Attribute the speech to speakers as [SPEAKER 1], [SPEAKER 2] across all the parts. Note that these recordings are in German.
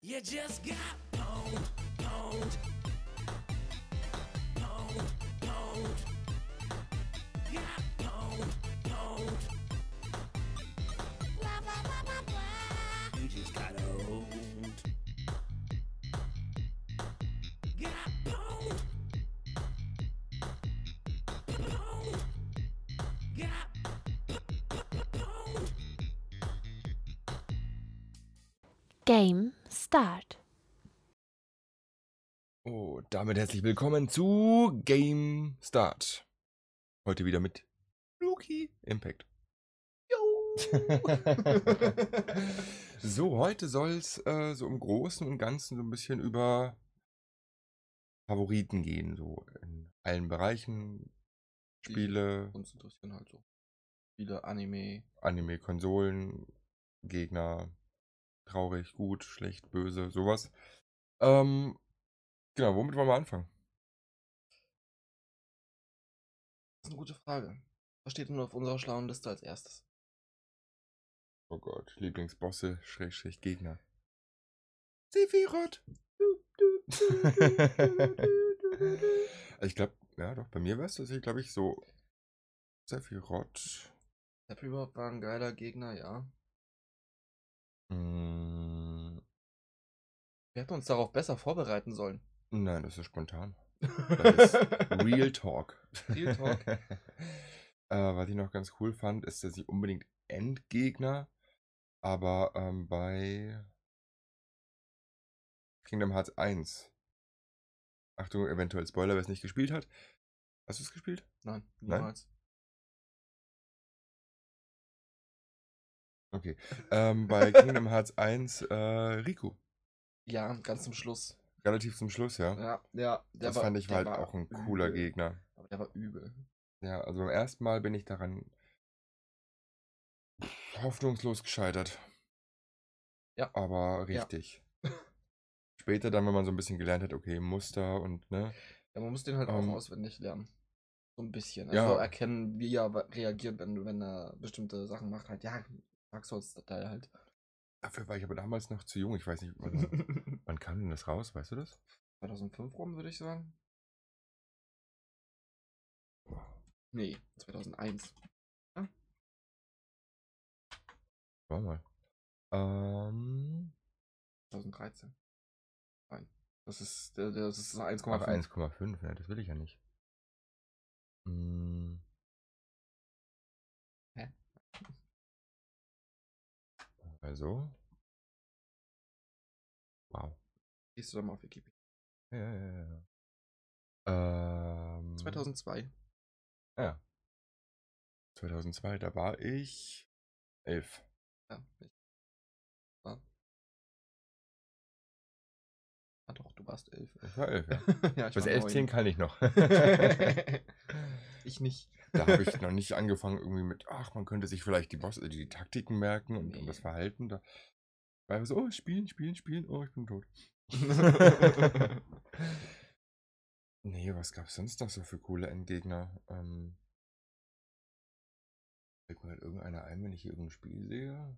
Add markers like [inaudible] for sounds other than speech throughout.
[SPEAKER 1] You just got pwned, pwned. Pwned, pwned. Got pwned, pwned. Blah, blah, blah, blah, blah. You just got owned. Got pwned. Pwned. Got pwned.
[SPEAKER 2] Game Start.
[SPEAKER 3] Oh, damit herzlich willkommen zu Game Start. Heute wieder mit Luki Impact. so, heute soll es äh, so im Großen und Ganzen so ein bisschen über Favoriten gehen, so in allen Bereichen. Spiele,
[SPEAKER 4] Uns interessieren halt so
[SPEAKER 3] [laughs]
[SPEAKER 4] viele Anime.
[SPEAKER 3] Anime, Konsolen, Gegner, traurig, gut, schlecht, böse, sowas. Ähm, genau, womit wollen wir anfangen?
[SPEAKER 4] Das ist eine gute Frage. Was steht denn auf unserer schlauen Liste als erstes?
[SPEAKER 3] Oh Gott, Lieblingsbosse, Schrägstrich, Gegner. Sephiroth. ich glaube, ja doch, bei mir wär's das, glaube ich, so Sephiroth.
[SPEAKER 4] Happy Rock war ein geiler Gegner, ja.
[SPEAKER 3] Mm,
[SPEAKER 4] Wir hätten uns darauf besser vorbereiten sollen.
[SPEAKER 3] nein, das ist spontan.
[SPEAKER 4] [laughs]
[SPEAKER 3] Das
[SPEAKER 4] Real.
[SPEAKER 3] Real Talk.
[SPEAKER 4] Real
[SPEAKER 3] [laughs]
[SPEAKER 4] Talk.
[SPEAKER 3] äh, was ich noch ganz cool fand, ist, dass ich unbedingt Endgegner, aber ähm, bei Kingdom Hearts 1. Achtung, eventuell Spoiler, wer es nicht gespielt hat. Hast du es gespielt?
[SPEAKER 4] Nein, niemals.
[SPEAKER 3] Ähm, bei
[SPEAKER 4] [laughs]
[SPEAKER 3] Kingdom Hearts 1 äh, Riku.
[SPEAKER 4] Ja, ganz zum Schluss.
[SPEAKER 3] Relativ zum Schluss, ja.
[SPEAKER 4] Ja, ja. Der
[SPEAKER 3] das
[SPEAKER 4] war-
[SPEAKER 3] fand ich
[SPEAKER 4] der
[SPEAKER 3] halt
[SPEAKER 4] war
[SPEAKER 3] auch ein cooler
[SPEAKER 4] übel.
[SPEAKER 3] Gegner.
[SPEAKER 4] Aber der war übel.
[SPEAKER 3] Ja, also beim ersten Mal bin ich daran hoffnungslos gescheitert.
[SPEAKER 4] Ja.
[SPEAKER 3] Aber
[SPEAKER 4] Ja.
[SPEAKER 3] richtig. Später dann, wenn man so ein bisschen gelernt hat, okay, Muster und ne.
[SPEAKER 4] Ja, man muss den halt
[SPEAKER 3] Ähm,
[SPEAKER 4] auch auswendig lernen. So ein bisschen. Also
[SPEAKER 3] ja.
[SPEAKER 4] erkennen, wie er wa- reagiert, wenn, wenn er bestimmte Sachen macht. Halt, ja, Dark Souls-Datei halt.
[SPEAKER 3] Dafür war ich aber damals noch zu jung. Ich weiß nicht,
[SPEAKER 4] [laughs]
[SPEAKER 3] wann, wann kam denn das raus, weißt du das?
[SPEAKER 4] 2005 rum, würde ich sagen. Nee, 2001.
[SPEAKER 3] Schau mal. Ähm,
[SPEAKER 4] 2013. Nein. Das ist, der- der- das ist eine
[SPEAKER 3] aber
[SPEAKER 4] 1,5.
[SPEAKER 3] 1,5, ne? Das will ich ja nicht. Hm.
[SPEAKER 4] Hä?
[SPEAKER 3] Also. Wow.
[SPEAKER 4] Gehst du da mal auf Wikipedia.
[SPEAKER 3] Ja, ja, ja, ja. Ähm,
[SPEAKER 4] 2002.
[SPEAKER 3] Ja. 2002, da war ich elf.
[SPEAKER 4] Ja. Ich war. Ah doch, du warst elf.
[SPEAKER 3] Ich war elf, ja.
[SPEAKER 4] [laughs] ja, ich
[SPEAKER 3] Bis elf zehn [laughs] kann ich noch.
[SPEAKER 4] neun. [laughs] ich nicht.
[SPEAKER 3] da habe ich noch nicht angefangen irgendwie mit, ach, man könnte sich vielleicht die Boss, äh, die Taktiken merken und, und das
[SPEAKER 4] Nee.
[SPEAKER 3] Verhalten. Da war ich so, oh, spielen, spielen, spielen, oh, ich bin tot. nee, was gab's sonst noch so für coole Endgegner? Ähm, fällt mir halt irgendeiner ein, wenn ich hier irgendein Spiel sehe?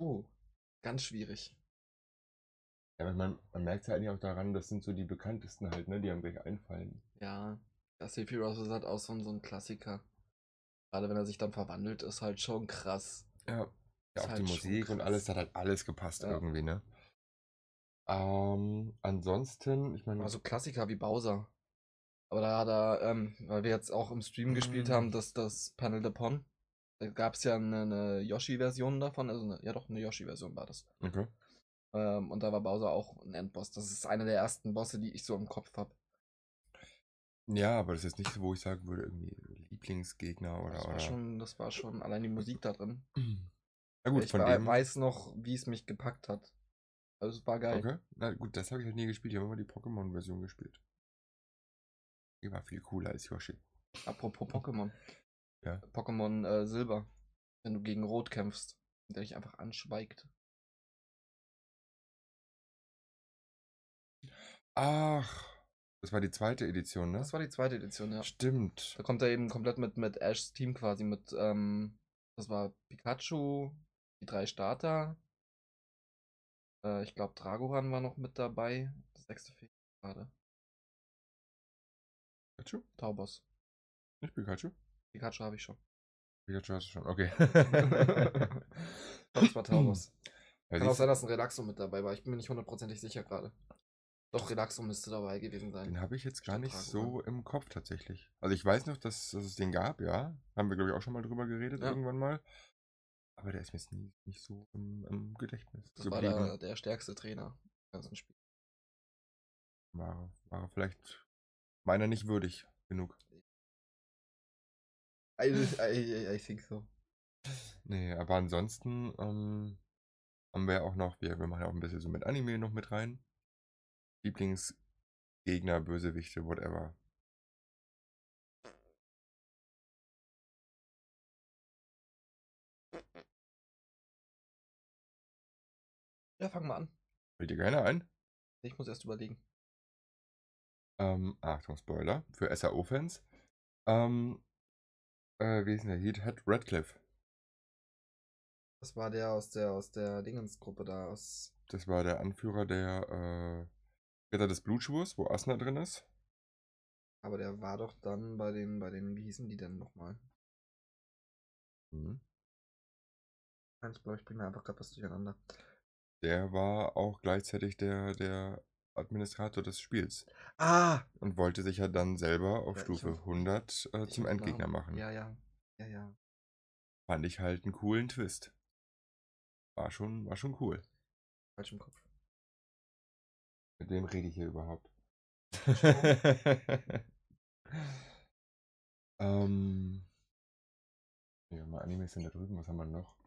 [SPEAKER 4] Oh, ganz schwierig.
[SPEAKER 3] Ja, aber man, man merkt ja eigentlich auch daran, das sind so die bekanntesten halt, ne, die einem gleich einfallen.
[SPEAKER 4] Ja, das Sephiroth ist halt auch so ein, so ein Klassiker. Gerade wenn er sich dann verwandelt, ist halt schon krass.
[SPEAKER 3] Ja, ja
[SPEAKER 4] Ist
[SPEAKER 3] auch
[SPEAKER 4] halt
[SPEAKER 3] die
[SPEAKER 4] schon
[SPEAKER 3] Musik und
[SPEAKER 4] krass.
[SPEAKER 3] alles, da hat halt alles gepasst
[SPEAKER 4] Ja.
[SPEAKER 3] irgendwie, ne? Ähm, ansonsten, ich meine,
[SPEAKER 4] Also Klassiker wie Bowser. Aber da hat er, ähm, weil wir jetzt auch im Stream gespielt
[SPEAKER 3] Mhm.
[SPEAKER 4] haben, das, das Panel de Pon. Da gab es ja eine, eine Yoshi-Version davon. Also eine, ja doch, eine Yoshi-Version war das.
[SPEAKER 3] okay.
[SPEAKER 4] Ähm, und da war Bowser auch ein Endboss. Das ist einer der ersten Bosse, die ich so im Kopf habe.
[SPEAKER 3] Ja, aber das ist jetzt nicht so, wo ich sagen würde, irgendwie Lieblingsgegner oder.
[SPEAKER 4] Das war
[SPEAKER 3] oder. [clears throat]
[SPEAKER 4] schon, das war schon allein die Musik da drin.
[SPEAKER 3] Na gut,
[SPEAKER 4] ich
[SPEAKER 3] von
[SPEAKER 4] wei-
[SPEAKER 3] dem.
[SPEAKER 4] weiß noch, wie es mich gepackt hat. Also es war geil.
[SPEAKER 3] okay. Na gut, das habe ich halt nie gespielt. Ich habe immer die Pokémon-Version gespielt. Die war viel cooler als Yoshi.
[SPEAKER 4] Apropos Pokémon.
[SPEAKER 3] Ja.
[SPEAKER 4] Pokémon äh, Silber. Wenn du gegen Rot kämpfst, der dich einfach anschweigt.
[SPEAKER 3] Ach, das war die zweite Edition, ne?
[SPEAKER 4] Das war die zweite Edition, ja.
[SPEAKER 3] Stimmt.
[SPEAKER 4] Da kommt er eben komplett mit, mit Ashs Team quasi, mit, ähm, Das war Pikachu, die drei Starter. Äh, ich glaube, Dragoran war noch mit dabei. Das sechste fehlt gerade.
[SPEAKER 3] Pikachu?
[SPEAKER 4] Taubos.
[SPEAKER 3] Nicht Pikachu?
[SPEAKER 4] Pikachu habe
[SPEAKER 3] [laughs]
[SPEAKER 4] ich schon.
[SPEAKER 3] Pikachu hast du schon,
[SPEAKER 4] [laughs]
[SPEAKER 3] okay.
[SPEAKER 4] Das
[SPEAKER 3] Hm.
[SPEAKER 4] war Taubos.
[SPEAKER 3] Ja,
[SPEAKER 4] Kann
[SPEAKER 3] [laughs] siehst du,
[SPEAKER 4] auch sein, dass ein Relaxo mit dabei war. Ich bin mir nicht hundertprozentig sicher gerade. Doch, Relaxo müsste dabei gewesen sein.
[SPEAKER 3] den habe ich jetzt gar
[SPEAKER 4] Statt
[SPEAKER 3] nicht
[SPEAKER 4] Dragoran.
[SPEAKER 3] so im Kopf tatsächlich. Also ich weiß noch, dass, dass es den gab, ja. Haben wir, glaube ich, auch schon mal drüber geredet
[SPEAKER 4] Ja.
[SPEAKER 3] irgendwann mal. Aber der ist mir jetzt nie, nicht so im, im Gedächtnis
[SPEAKER 4] Das war der, der stärkste Trainer im ganzen Spiel.
[SPEAKER 3] War, war vielleicht meiner nicht würdig genug.
[SPEAKER 4] I, I, I think so.
[SPEAKER 3] Nee, aber ansonsten ähm, haben wir ja auch noch, wir, wir machen ja auch ein bisschen so mit Anime noch mit rein. Lieblingsgegner, Bösewichte, whatever.
[SPEAKER 4] Ja, fang mal an.
[SPEAKER 3] Fällt dir gerne ein?
[SPEAKER 4] Ich muss erst überlegen.
[SPEAKER 3] Ähm, Achtung, Spoiler für SAO-Fans. Ähm, äh, wie ist denn der Heat? Hat Radcliffe.
[SPEAKER 4] Das war der aus der aus der Dingensgruppe da aus.
[SPEAKER 3] Das war der Anführer der äh, Ritter des Blutschwurs, wo Asna drin ist.
[SPEAKER 4] Aber der war doch dann bei den, bei den, wie hießen die denn nochmal? Mhm. Eins, glaub ich, bring mir einfach gerade was durcheinander.
[SPEAKER 3] Der war auch gleichzeitig der, der Administrator des Spiels
[SPEAKER 4] Ah!
[SPEAKER 3] und wollte sich ja dann selber auf
[SPEAKER 4] Ja, ich
[SPEAKER 3] Stufe
[SPEAKER 4] hab-
[SPEAKER 3] 100 äh,
[SPEAKER 4] Ich
[SPEAKER 3] zum
[SPEAKER 4] hab den
[SPEAKER 3] Endgegner
[SPEAKER 4] Namen.
[SPEAKER 3] machen.
[SPEAKER 4] Ja, ja. Ja, ja.
[SPEAKER 3] Fand ich halt einen coolen Twist. War schon, war schon cool.
[SPEAKER 4] Falsch im Kopf.
[SPEAKER 3] Mit wem rede ich hier überhaupt?
[SPEAKER 4] [laughs]
[SPEAKER 3] ähm. Ja, mal Animes sind da drüben. Was haben wir noch?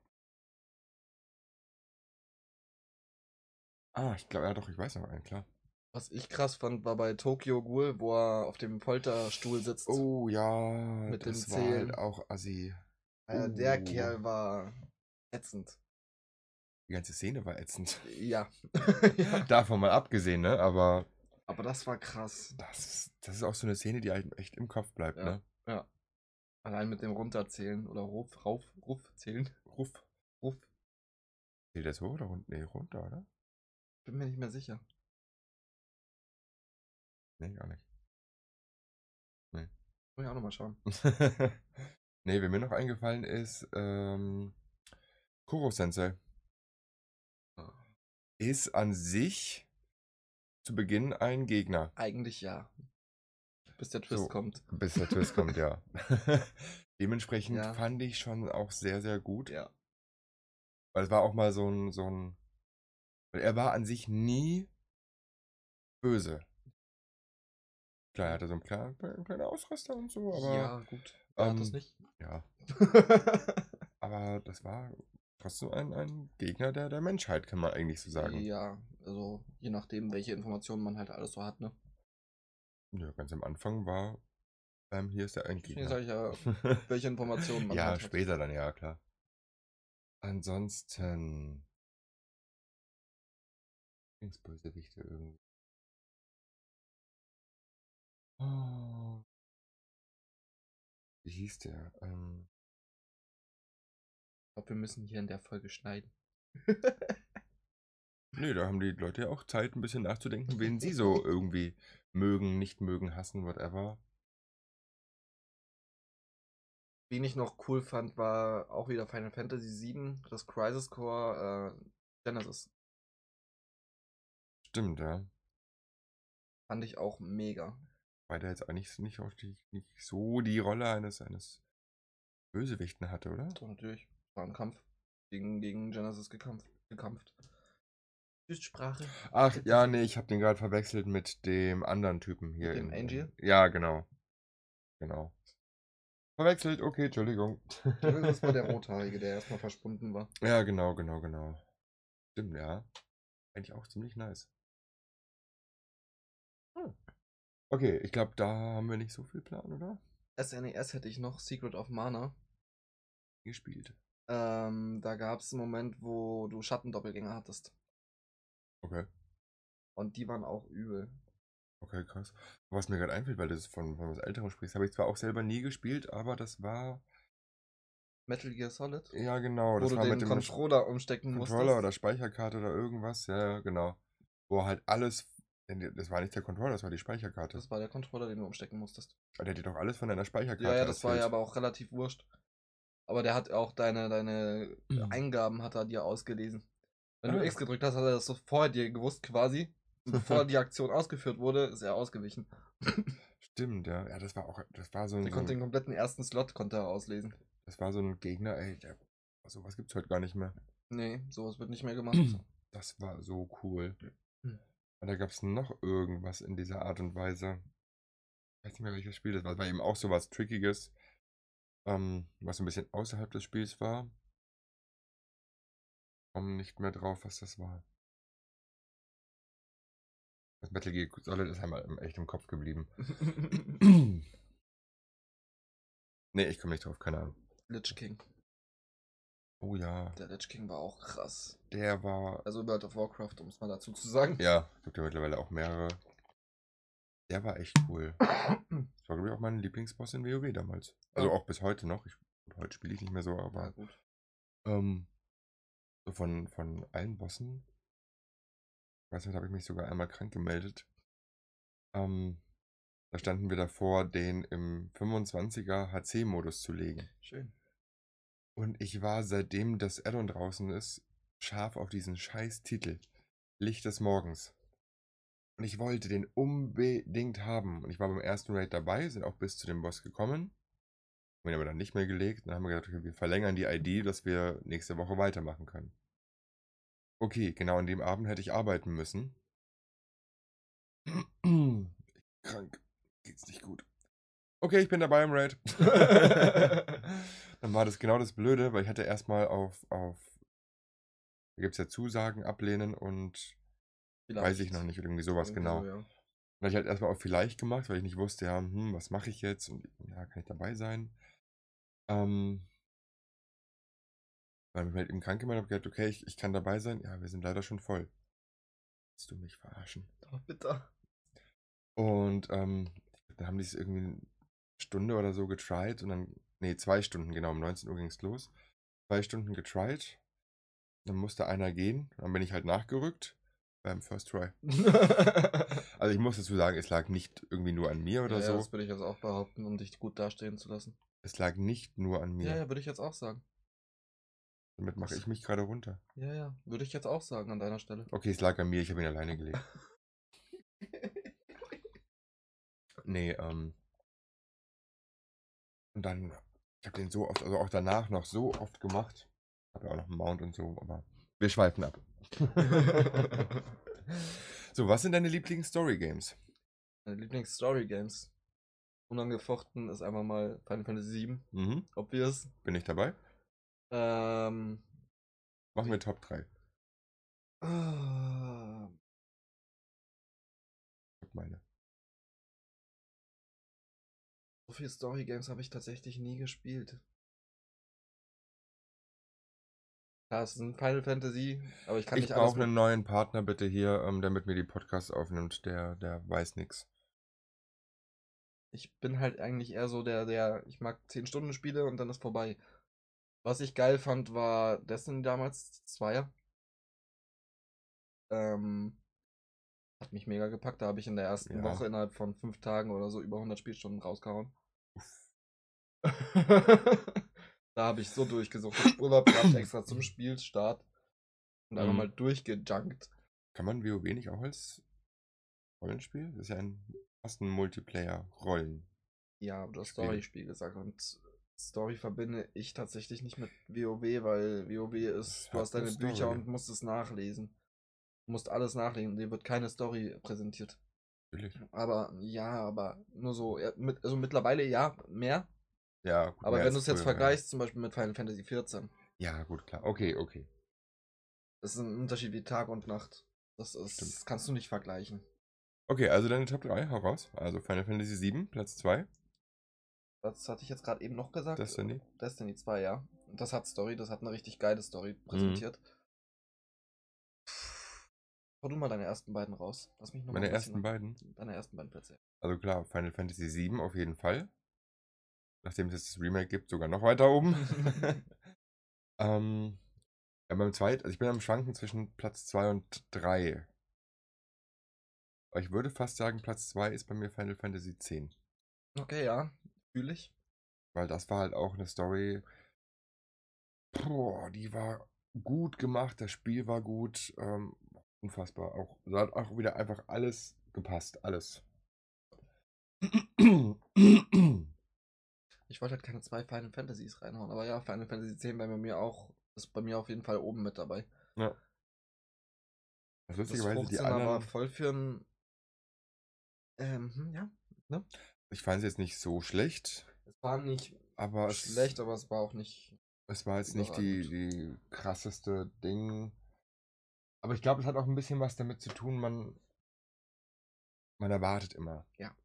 [SPEAKER 3] Ah, ich glaube, ja doch, ich weiß noch einen, klar.
[SPEAKER 4] Was ich krass fand, war bei Tokyo Ghoul, wo er auf dem Polterstuhl sitzt.
[SPEAKER 3] Oh ja,
[SPEAKER 4] Mit dem
[SPEAKER 3] das war halt
[SPEAKER 4] Zählen.
[SPEAKER 3] auch assi.
[SPEAKER 4] Äh, Der
[SPEAKER 3] oh.
[SPEAKER 4] Kerl war ätzend.
[SPEAKER 3] Die ganze Szene war ätzend.
[SPEAKER 4] Ja. ja.
[SPEAKER 3] [laughs] Davon mal abgesehen, ne? Aber
[SPEAKER 4] [laughs] Aber das war krass.
[SPEAKER 3] das ist, das ist auch so eine Szene, die einem echt im Kopf bleibt,
[SPEAKER 4] Ja.
[SPEAKER 3] ne?
[SPEAKER 4] Allein mit dem Runterzählen oder Ruf, Rauf, Ruf zählen. [laughs]
[SPEAKER 3] Ruf.
[SPEAKER 4] Ruf.
[SPEAKER 3] Geht das hoch oder runter? Nee, runter, oder?
[SPEAKER 4] Bin mir nicht mehr sicher.
[SPEAKER 3] Nee, gar nicht.
[SPEAKER 4] Muss ich auch nochmal schauen.
[SPEAKER 3] [laughs] nee, wer mir noch eingefallen ist, ähm, Koro Sensei. Ist an sich zu Beginn ein Gegner,
[SPEAKER 4] Eigentlich ja. Bis der Twist
[SPEAKER 3] So.
[SPEAKER 4] kommt.
[SPEAKER 3] bis der Twist kommt, ja.
[SPEAKER 4] [laughs]
[SPEAKER 3] Dementsprechend
[SPEAKER 4] Ja.
[SPEAKER 3] fand ich schon auch sehr, sehr gut.
[SPEAKER 4] Ja.
[SPEAKER 3] Weil es war auch mal so ein, so ein. Weil er war an sich nie böse. Klar, er hatte so einen kleinen, einen kleinen Ausraster und so, aber.
[SPEAKER 4] ja, gut. Wer hat das
[SPEAKER 3] ähm,
[SPEAKER 4] nicht?
[SPEAKER 3] ja. Aber das war trotzdem ein, ein Gegner der, der Menschheit, kann man eigentlich so [laughs] sagen. Ja.
[SPEAKER 4] Ja, also je nachdem, welche Informationen man halt alles so hat, ne?
[SPEAKER 3] ganz am Anfang war, ähm, hier ist der
[SPEAKER 4] Deswegen
[SPEAKER 3] Endgegner.
[SPEAKER 4] sag ich ja,
[SPEAKER 3] [laughs]
[SPEAKER 4] welche Informationen man
[SPEAKER 3] ja,
[SPEAKER 4] halt hat.
[SPEAKER 3] später dann, ja, klar. Ansonsten. Lieblingsbösewichte irgendwie. Oh. Wie hieß der? Ähm,
[SPEAKER 4] Ich glaube, wir müssen hier in der Folge schneiden.
[SPEAKER 3] nee, da haben die Leute ja auch Zeit, ein bisschen nachzudenken, wen sie [laughs] so irgendwie mögen, nicht mögen, hassen, whatever.
[SPEAKER 4] Wen ich noch cool fand, war auch wieder Final Fantasy VII, das Crisis Core äh, Genesis.
[SPEAKER 3] Stimmt, ja.
[SPEAKER 4] Fand ich auch mega.
[SPEAKER 3] Weil der jetzt eigentlich nicht, auch die, nicht so die Rolle eines, eines Bösewichten hatte, oder?
[SPEAKER 4] Doch, natürlich. War im Kampf. Gegen, gegen Genesis gekampft. gekampft. Sprache.
[SPEAKER 3] Ach, ja, nee, ich habe den gerade verwechselt mit dem anderen Typen hier.
[SPEAKER 4] Mit dem
[SPEAKER 3] in- in-
[SPEAKER 4] Angel?
[SPEAKER 3] Ja, genau. Genau. Verwechselt, okay, Entschuldigung.
[SPEAKER 4] Genesis
[SPEAKER 3] [laughs]
[SPEAKER 4] war [laughs] der Rothaarige, der erstmal verschwunden war.
[SPEAKER 3] Ja, genau, genau, genau. Stimmt, ja. Eigentlich auch ziemlich nice. Hm. Okay, ich glaube, da haben wir nicht so viel Plan, oder?
[SPEAKER 4] SNES hätte ich noch, Secret of Mana.
[SPEAKER 3] Gespielt.
[SPEAKER 4] Ähm, da gab es einen Moment, wo du Schattendoppelgänger hattest.
[SPEAKER 3] Okay.
[SPEAKER 4] Und die waren auch übel.
[SPEAKER 3] Okay, krass. Was mir gerade einfällt, weil du das von, von was Älterem sprichst, habe ich zwar auch selber nie gespielt, aber das war
[SPEAKER 4] Metal Gear Solid.
[SPEAKER 3] Ja, genau.
[SPEAKER 4] wo
[SPEAKER 3] Das
[SPEAKER 4] du
[SPEAKER 3] war
[SPEAKER 4] den
[SPEAKER 3] mit dem Sch-
[SPEAKER 4] Controller umstecken
[SPEAKER 3] Controller oder
[SPEAKER 4] musstest.
[SPEAKER 3] Speicherkarte oder irgendwas. Ja, ja, genau. Wo halt alles. Das war nicht der Controller, das war die Speicherkarte.
[SPEAKER 4] Das war der Controller, den du umstecken musstest.
[SPEAKER 3] Weil der dir doch alles von deiner Speicherkarte
[SPEAKER 4] ja, ja, das war ja
[SPEAKER 3] erzählt.
[SPEAKER 4] aber auch relativ wurscht. Aber der hat auch deine, deine
[SPEAKER 3] Mhm.
[SPEAKER 4] Eingaben hat er dir ausgelesen. Wenn
[SPEAKER 3] Ah.
[SPEAKER 4] du X gedrückt hast, hat er das so vorher dir gewusst [laughs] quasi. Und bevor die Aktion ausgeführt wurde, ist er ausgewichen.
[SPEAKER 3] Stimmt, ja. Ja, das war auch. Das war so
[SPEAKER 4] Der
[SPEAKER 3] ein. So
[SPEAKER 4] konnte den
[SPEAKER 3] ein
[SPEAKER 4] kompletten ersten Slot konnte er auslesen.
[SPEAKER 3] das war so ein Gegner, ey. Der, sowas gibt's heute gar nicht mehr.
[SPEAKER 4] Nee, sowas wird nicht mehr [laughs] gemacht.
[SPEAKER 3] Das war so cool.
[SPEAKER 4] Hm.
[SPEAKER 3] Und da gab es noch irgendwas in dieser Art und Weise. Ich weiß nicht mehr, welches Spiel das war. Das war eben auch so was Trickiges, ähm, was ein bisschen außerhalb des Spiels war. Komm nicht mehr drauf, was das war. Das Metal Gear Solid ist einmal im- echt im Kopf
[SPEAKER 4] [clears throat]
[SPEAKER 3] geblieben. nee, ich komme nicht drauf, keine Ahnung.
[SPEAKER 4] Lich King.
[SPEAKER 3] Oh ja,
[SPEAKER 4] Der Lich King war auch krass.
[SPEAKER 3] der war
[SPEAKER 4] Also World of Warcraft, um es mal dazu zu sagen.
[SPEAKER 3] Ja, gibt ja mittlerweile auch mehrere. Der war echt cool. Das war, glaube ich, auch mein Lieblingsboss in WoW damals. Also
[SPEAKER 4] Ja.
[SPEAKER 3] auch bis heute noch. Ich, heute spiele ich nicht mehr so,
[SPEAKER 4] Ja,
[SPEAKER 3] aber
[SPEAKER 4] gut.
[SPEAKER 3] ähm, so von, von allen Bossen. Ich weiß nicht, da habe ich mich sogar einmal krank gemeldet. Ähm, da standen wir davor, den im 25er HC-Modus zu legen.
[SPEAKER 4] Schön.
[SPEAKER 3] Und ich war, seitdem das Addon draußen ist, scharf auf diesen scheiß Titel. Licht des Morgens. Und ich wollte den unbedingt haben. Und ich war beim ersten Raid dabei, sind auch bis zu dem Boss gekommen. Haben ihn aber dann nicht mehr gelegt. Dann haben wir gesagt, okay, wir verlängern die ID, dass wir nächste Woche weitermachen können. Okay, genau an dem Abend hätte ich arbeiten müssen. [clears throat] Krank. Geht's nicht gut. Okay, ich bin dabei im Raid. Dann war das genau das Blöde, weil ich hatte erstmal auf, auf da gibt es ja Zusagen, Ablehnen und weiß ich noch nicht, irgendwie sowas
[SPEAKER 4] Irgendwie
[SPEAKER 3] genau.
[SPEAKER 4] so, ja.
[SPEAKER 3] Dann habe ich halt erstmal auf vielleicht gemacht, weil ich nicht wusste, ja, hm, was mache ich jetzt und ja, kann ich dabei sein? Ähm, weil ich mich halt eben krank gemeldet habe, okay, ich, ich kann dabei sein, ja, wir sind leider schon voll. Willst du mich verarschen?
[SPEAKER 4] Oh, [laughs] bitter.
[SPEAKER 3] Und ähm, dann haben die es irgendwie eine Stunde oder so getried und dann, nee, zwei Stunden, genau, um 19 Uhr ging es los. Zwei Stunden getried, dann musste einer gehen, dann bin ich halt nachgerückt beim First Try. Also ich muss dazu sagen, es lag nicht irgendwie nur an mir oder
[SPEAKER 4] ja, Ja,
[SPEAKER 3] so,
[SPEAKER 4] das würde ich jetzt auch behaupten, um dich gut dastehen zu lassen.
[SPEAKER 3] es lag nicht nur an mir.
[SPEAKER 4] Ja, ja, würde ich jetzt auch sagen.
[SPEAKER 3] Damit mache ich mich gerade runter.
[SPEAKER 4] Ja, ja, würde ich jetzt auch sagen an deiner Stelle.
[SPEAKER 3] Okay, es lag an mir, ich habe ihn alleine gelegt. Nee, ähm. Und dann, ich habe den so oft, also auch danach noch so oft gemacht. Habe ja auch noch einen Mount und so, aber wir schweifen
[SPEAKER 4] [laughs]
[SPEAKER 3] ab. so, was sind deine Lieblings-Story-Games?
[SPEAKER 4] Meine Lieblings-Story-Games. Unangefochten ist einmal mal Final Fantasy VII,
[SPEAKER 3] Mhm,
[SPEAKER 4] obvious.
[SPEAKER 3] bin ich dabei?
[SPEAKER 4] Ähm,
[SPEAKER 3] Machen wir Top 3.
[SPEAKER 4] ah,
[SPEAKER 3] Ich meine.
[SPEAKER 4] so viele Story-Games habe ich tatsächlich nie gespielt. Klar, es ist ein Final Fantasy, aber ich kann
[SPEAKER 3] Ich
[SPEAKER 4] nicht alles
[SPEAKER 3] brauche einen neuen Partner bitte hier, ähm, damit mir die Podcasts aufnimmt. Der, der weiß nichts.
[SPEAKER 4] ich bin halt eigentlich eher so der, der, ich mag 10 Stunden Spiele und dann ist vorbei. Was ich geil fand, war Destiny damals, Zweier. Ähm, hat mich mega gepackt, da habe ich in der ersten
[SPEAKER 3] Ja.
[SPEAKER 4] Woche innerhalb von 5 Tagen oder so über 100 Spielstunden rausgehauen. [laughs] da habe ich so durchgesucht,
[SPEAKER 3] [clears throat]
[SPEAKER 4] Urlaub gehabt, extra zum Spielstart und einfach
[SPEAKER 3] Mhm.
[SPEAKER 4] mal durchgejunkt.
[SPEAKER 3] Kann man WoW nicht auch als Rollenspiel? Das ist ja ein, fast ein Multiplayer-Rollen.
[SPEAKER 4] Ja, du hast
[SPEAKER 3] Spiele.
[SPEAKER 4] Story-Spiel gesagt und Story verbinde ich tatsächlich nicht mit WoW, weil WoW
[SPEAKER 3] Es
[SPEAKER 4] ist, du
[SPEAKER 3] hat
[SPEAKER 4] hast
[SPEAKER 3] eine
[SPEAKER 4] deine Bücher
[SPEAKER 3] Story.
[SPEAKER 4] und musst es nachlesen. Du musst alles nachlesen, dir wird keine Story präsentiert.
[SPEAKER 3] Natürlich.
[SPEAKER 4] Aber ja, aber nur so, ja, mit, also mittlerweile ja, mehr.
[SPEAKER 3] Ja, gut,
[SPEAKER 4] Aber
[SPEAKER 3] mehr
[SPEAKER 4] wenn du
[SPEAKER 3] als
[SPEAKER 4] es jetzt
[SPEAKER 3] früher, ja.
[SPEAKER 4] vergleichst, zum Beispiel mit Final Fantasy XIV,
[SPEAKER 3] Ja, gut, klar. Okay, okay.
[SPEAKER 4] das ist ein Unterschied wie Tag und Nacht. Das ist,
[SPEAKER 3] Stimmt.
[SPEAKER 4] das kannst du nicht vergleichen.
[SPEAKER 3] Okay, also deine Top 3, hau raus. Also Final Fantasy 7, Platz 2.
[SPEAKER 4] Das hatte ich jetzt gerade eben noch gesagt.
[SPEAKER 3] Destiny?
[SPEAKER 4] Destiny 2, ja. Und Das hat Story, das hat eine richtig geile Story präsentiert.
[SPEAKER 3] Mhm.
[SPEAKER 4] Hau du mal deine ersten beiden raus. Lass mich noch mal
[SPEAKER 3] Meine
[SPEAKER 4] ein bisschen-
[SPEAKER 3] ersten beiden. [laughs]
[SPEAKER 4] Deine ersten beiden Plätze.
[SPEAKER 3] Also klar, Final Fantasy 7 auf jeden Fall. nachdem es jetzt das Remake gibt, sogar noch weiter oben.
[SPEAKER 4] [laughs]
[SPEAKER 3] ähm, ja, beim zweiten, also ich bin am Schwanken zwischen Platz 2 und 3. Aber ich würde fast sagen, Platz 2 ist bei mir Final Fantasy X.
[SPEAKER 4] okay, ja, fühle ich.
[SPEAKER 3] Weil das war halt auch eine Story. Boah, die war gut gemacht, das Spiel war gut. Ähm, unfassbar. Auch, da hat auch wieder einfach alles gepasst, alles.
[SPEAKER 4] Ich wollte halt keine zwei Final Fantasies reinhauen, aber ja, Final Fantasy 10 bei mir auch, ist bei mir auf jeden Fall oben mit dabei.
[SPEAKER 3] Das
[SPEAKER 4] Das
[SPEAKER 3] lustigerweise die
[SPEAKER 4] 15er war
[SPEAKER 3] anderen.
[SPEAKER 4] voll für ein. Ähm, hm, ja.
[SPEAKER 3] Ich fand es jetzt nicht so schlecht,
[SPEAKER 4] Es war nicht
[SPEAKER 3] aber es,
[SPEAKER 4] schlecht, aber es war auch nicht.
[SPEAKER 3] es war jetzt nicht die, die krasseste Ding. Aber ich glaube, es hat auch ein bisschen was damit zu tun, man, man erwartet immer.
[SPEAKER 4] Ja.